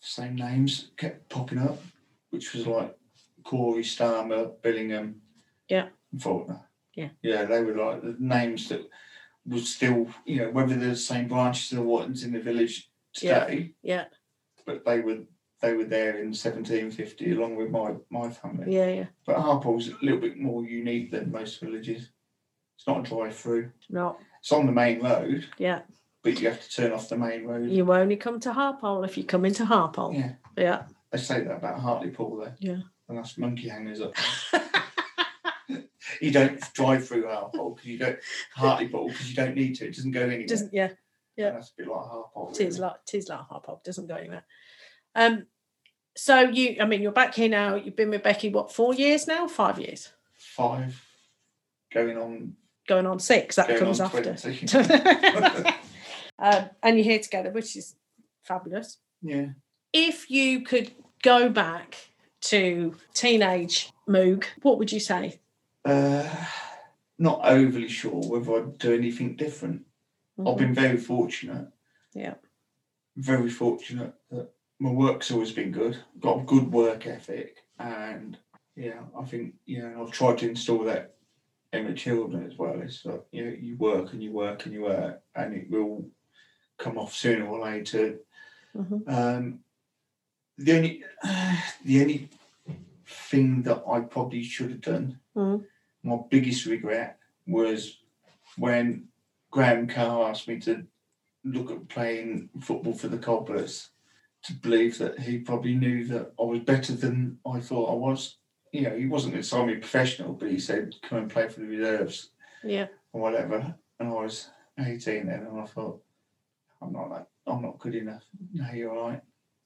[SPEAKER 3] same names kept popping up, which was like Corey, Starmer, Billingham,
[SPEAKER 2] Yeah.
[SPEAKER 3] and Faulkner.
[SPEAKER 2] Yeah.
[SPEAKER 3] yeah, they were like the names that would still, you know, whether they're the same branches or what's in the village
[SPEAKER 2] Yeah,
[SPEAKER 3] today.
[SPEAKER 2] yeah.
[SPEAKER 3] But they were they were there in 1750 along with my my family.
[SPEAKER 2] Yeah, yeah.
[SPEAKER 3] But Harpole's a little bit more unique than most villages. It's not a drive through.
[SPEAKER 2] Not.
[SPEAKER 3] It's on the main road,
[SPEAKER 2] Yeah.
[SPEAKER 3] but you have to turn off the main road.
[SPEAKER 2] You only come to Harpole if you come into Harpole.
[SPEAKER 3] Mm. Yeah.
[SPEAKER 2] Yeah.
[SPEAKER 3] They say that about Hartlepool there.
[SPEAKER 2] Yeah.
[SPEAKER 3] And that's monkey hangers up.
[SPEAKER 2] <laughs>
[SPEAKER 3] you don't drive through Hartlepool because you don't Hartlepool because you don't need to. It doesn't go anywhere.
[SPEAKER 2] Doesn't yeah. yeah.
[SPEAKER 3] And that's a bit like Hartlepool.
[SPEAKER 2] It is
[SPEAKER 3] really.
[SPEAKER 2] like it is like Harpole. Doesn't go anywhere. Um. So you, I mean, you're back here now. You've been with Becky what four years now? Five years.
[SPEAKER 3] Five going on
[SPEAKER 2] Going on six. That
[SPEAKER 3] going
[SPEAKER 2] comes
[SPEAKER 3] on
[SPEAKER 2] after. <laughs>
[SPEAKER 3] twenty. <laughs>
[SPEAKER 2] um, and you're here together, which is fabulous.
[SPEAKER 3] yeah.
[SPEAKER 2] If you could go back to teenage Moog, what would you say?
[SPEAKER 3] Uh, not overly sure whether I'd do anything different. I've been very fortunate.
[SPEAKER 2] Mm-hmm. Yeah.
[SPEAKER 3] Very fortunate that my work's always been good. Got a good work ethic, and yeah, I think you know I've tried to install that in my children as well. It's like you know, you work and you work and you work, and it will come off sooner or later.
[SPEAKER 2] Mhm.
[SPEAKER 3] Um, the only <sighs> the only thing that I probably should have done,
[SPEAKER 2] Mm.
[SPEAKER 3] my biggest regret was when Graham Carr asked me to look at playing football for the Cobblers to believe that he probably knew that I was better than I thought I was. You know, he wasn't going to sign me professional, but he said, come and play for the reserves
[SPEAKER 2] Yeah.
[SPEAKER 3] or whatever. And I was 18 then, and I thought, I'm not that, I'm not good enough. No, you're all right.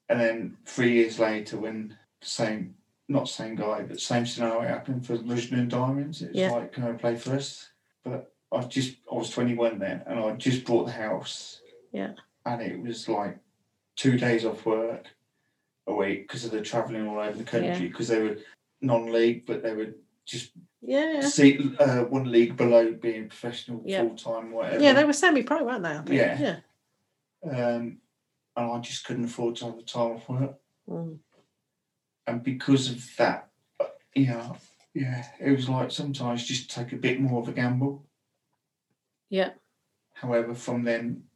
[SPEAKER 3] And then three years later, when same, not same guy, but same scenario happened for Russian and Diamonds, it was
[SPEAKER 2] Yeah.
[SPEAKER 3] like, come and play for us. But I just, I was 21 then, and I just bought the house.
[SPEAKER 2] Yeah.
[SPEAKER 3] And it was like two days off work a week because of the travelling all over the country because they were non-league, but they were
[SPEAKER 2] Yeah.
[SPEAKER 3] see uh, one league below being professional
[SPEAKER 2] Yeah.
[SPEAKER 3] full time whatever
[SPEAKER 2] Yeah, they were semi-pro, weren't they? I think?
[SPEAKER 3] Yeah.
[SPEAKER 2] Yeah.
[SPEAKER 3] um, and i just couldn't afford to have the time off work
[SPEAKER 2] Mm.
[SPEAKER 3] and because of that uh, you know yeah it was like sometimes just take a bit more of a gamble
[SPEAKER 2] Yeah.
[SPEAKER 3] however from then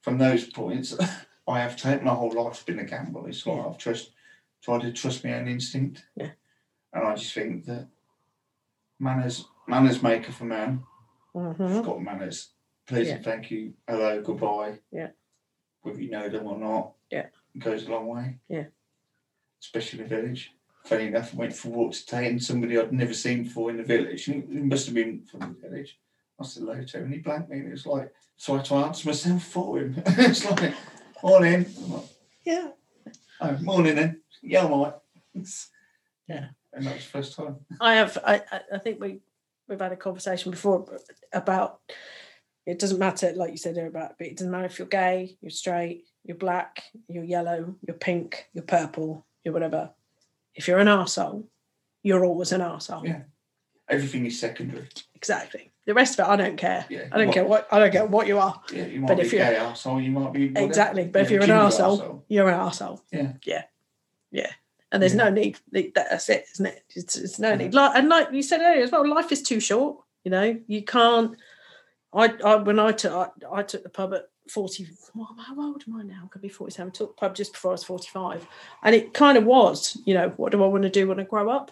[SPEAKER 3] from those points <laughs> i have taken my whole life's been a gamble it's like i've trust tried to trust my own instinct
[SPEAKER 2] Yeah.
[SPEAKER 3] and i just think that manners manners make of a man
[SPEAKER 2] Mhm.
[SPEAKER 3] I've got manners. Please and thank you. Hello, goodbye.
[SPEAKER 2] Yeah.
[SPEAKER 3] Whether you know them or not.
[SPEAKER 2] Yeah.
[SPEAKER 3] It goes a long way.
[SPEAKER 2] Yeah.
[SPEAKER 3] Especially in the village. Funny enough, I went for a walk today and somebody I'd never seen before in the village. It must have been from the village. I said hello to him and he blanked me and it was like, so I had to answer myself for him. <laughs> it's like, morning. I'm like,
[SPEAKER 2] Yeah.
[SPEAKER 3] oh, morning then. Yeah, I'm all right. <laughs>
[SPEAKER 2] Yeah.
[SPEAKER 3] And that was the first time.
[SPEAKER 2] I have. I. I- I think we we've had a conversation before about it doesn't matter, like you said there about, but it doesn't matter if you're gay, you're straight, you're black, you're yellow, you're pink, you're purple, you're whatever. If you're an arsehole, you're always an arsehole.
[SPEAKER 3] Yeah. Everything is secondary.
[SPEAKER 2] Exactly. The rest of it, I don't care.
[SPEAKER 3] Yeah.
[SPEAKER 2] I don't care what I don't care what you are.
[SPEAKER 3] Yeah, you might
[SPEAKER 2] But
[SPEAKER 3] be
[SPEAKER 2] if
[SPEAKER 3] gay
[SPEAKER 2] you're-
[SPEAKER 3] arsehole, you might be whatever.
[SPEAKER 2] Exactly. But if
[SPEAKER 3] Yeah,
[SPEAKER 2] you're an
[SPEAKER 3] ginger
[SPEAKER 2] arsehole,
[SPEAKER 3] arsehole.
[SPEAKER 2] you're an arsehole.
[SPEAKER 3] Yeah.
[SPEAKER 2] Yeah. Yeah. And there's
[SPEAKER 3] Yeah.
[SPEAKER 2] no need. that- That's it, isn't it? It's, it's no
[SPEAKER 3] Yeah.
[SPEAKER 2] need. Like, and like you said earlier as well, life is too short. You know, you can't. I, I when I took I, I took the pub at forty. Well, how old am I now? I'm gonna be forty seven. Took the pub just before I was forty five, and it kind of was. You know, what do I want to do when I grow up?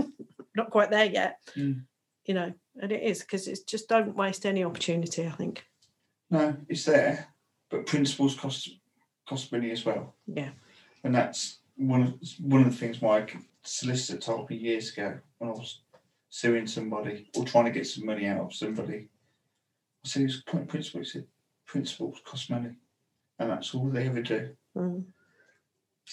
[SPEAKER 2] <laughs> Not quite there yet.
[SPEAKER 3] Mm.
[SPEAKER 2] You know, and it is because it's just don't waste any opportunity. I think.
[SPEAKER 3] No, it's there, but principles cost cost money as well,
[SPEAKER 2] Yeah.
[SPEAKER 3] and that's one of one of the things my solicitor told me years ago when I was suing somebody or trying to get some money out of somebody. I said, "It's point principle." He said, "Principles cost money, and that's all they ever do."
[SPEAKER 2] Mm.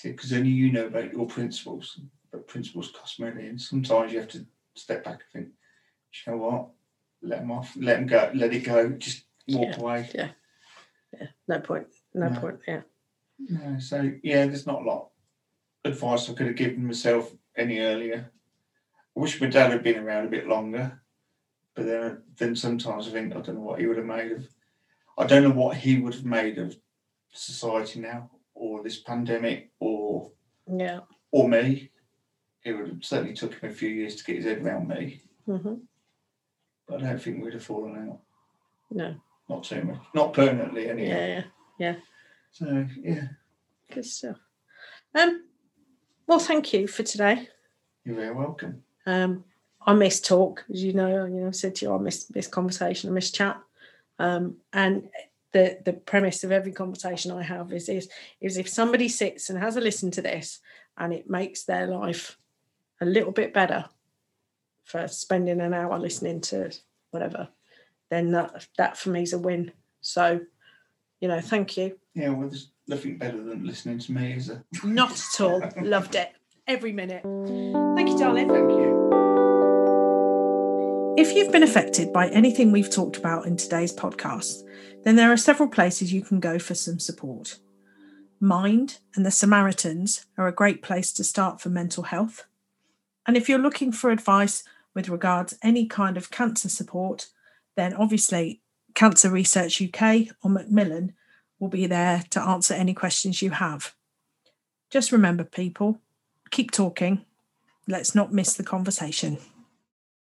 [SPEAKER 3] because only you know about your principles, but principles cost money, and sometimes you have to step back and think, "Do you know what? Let them off, let them go, let it go, just walk
[SPEAKER 2] Yeah.
[SPEAKER 3] away."
[SPEAKER 2] No point. No,
[SPEAKER 3] No.
[SPEAKER 2] point. Yeah.
[SPEAKER 3] No, so yeah, there's not a lot of advice I could have given myself any earlier. I wish my dad had been around a bit longer, but then then sometimes I think I don't know what he would have made of. I don't know what he would have made of society now, or this pandemic, or
[SPEAKER 2] Yeah.
[SPEAKER 3] or me. It would have certainly took him a few years to get his head around me,
[SPEAKER 2] hmm
[SPEAKER 3] but I don't think we'd have fallen out.
[SPEAKER 2] No,
[SPEAKER 3] Not too much. Not permanently, anyway.
[SPEAKER 2] Yeah, yeah.
[SPEAKER 3] So, yeah,
[SPEAKER 2] Good stuff. Um, well, thank you for today.
[SPEAKER 3] you're very welcome.
[SPEAKER 2] Um, I miss talk, as you know. You know, I said to you, I miss miss conversation, I miss chat. Um, and the the premise of every conversation I have is is is if somebody sits and has a listen to this, and it makes their life a little bit better for spending an hour listening to whatever, then that that for me is a win. So, you know, thank you.
[SPEAKER 3] Yeah, well, there's nothing better than listening to me, is there?
[SPEAKER 2] Not at all. Loved it. Every minute. Thank you, darling.
[SPEAKER 3] Thank you.
[SPEAKER 1] If you've been affected by anything we've talked about in today's podcast, then there are several places you can go for some support. Mind and the Samaritans are a great place to start for mental health. And if you're looking for advice with regards any kind of cancer support, then obviously Cancer Research UK or Macmillan will be there to answer any questions you have. Just remember people, keep talking. Let's not miss the conversation.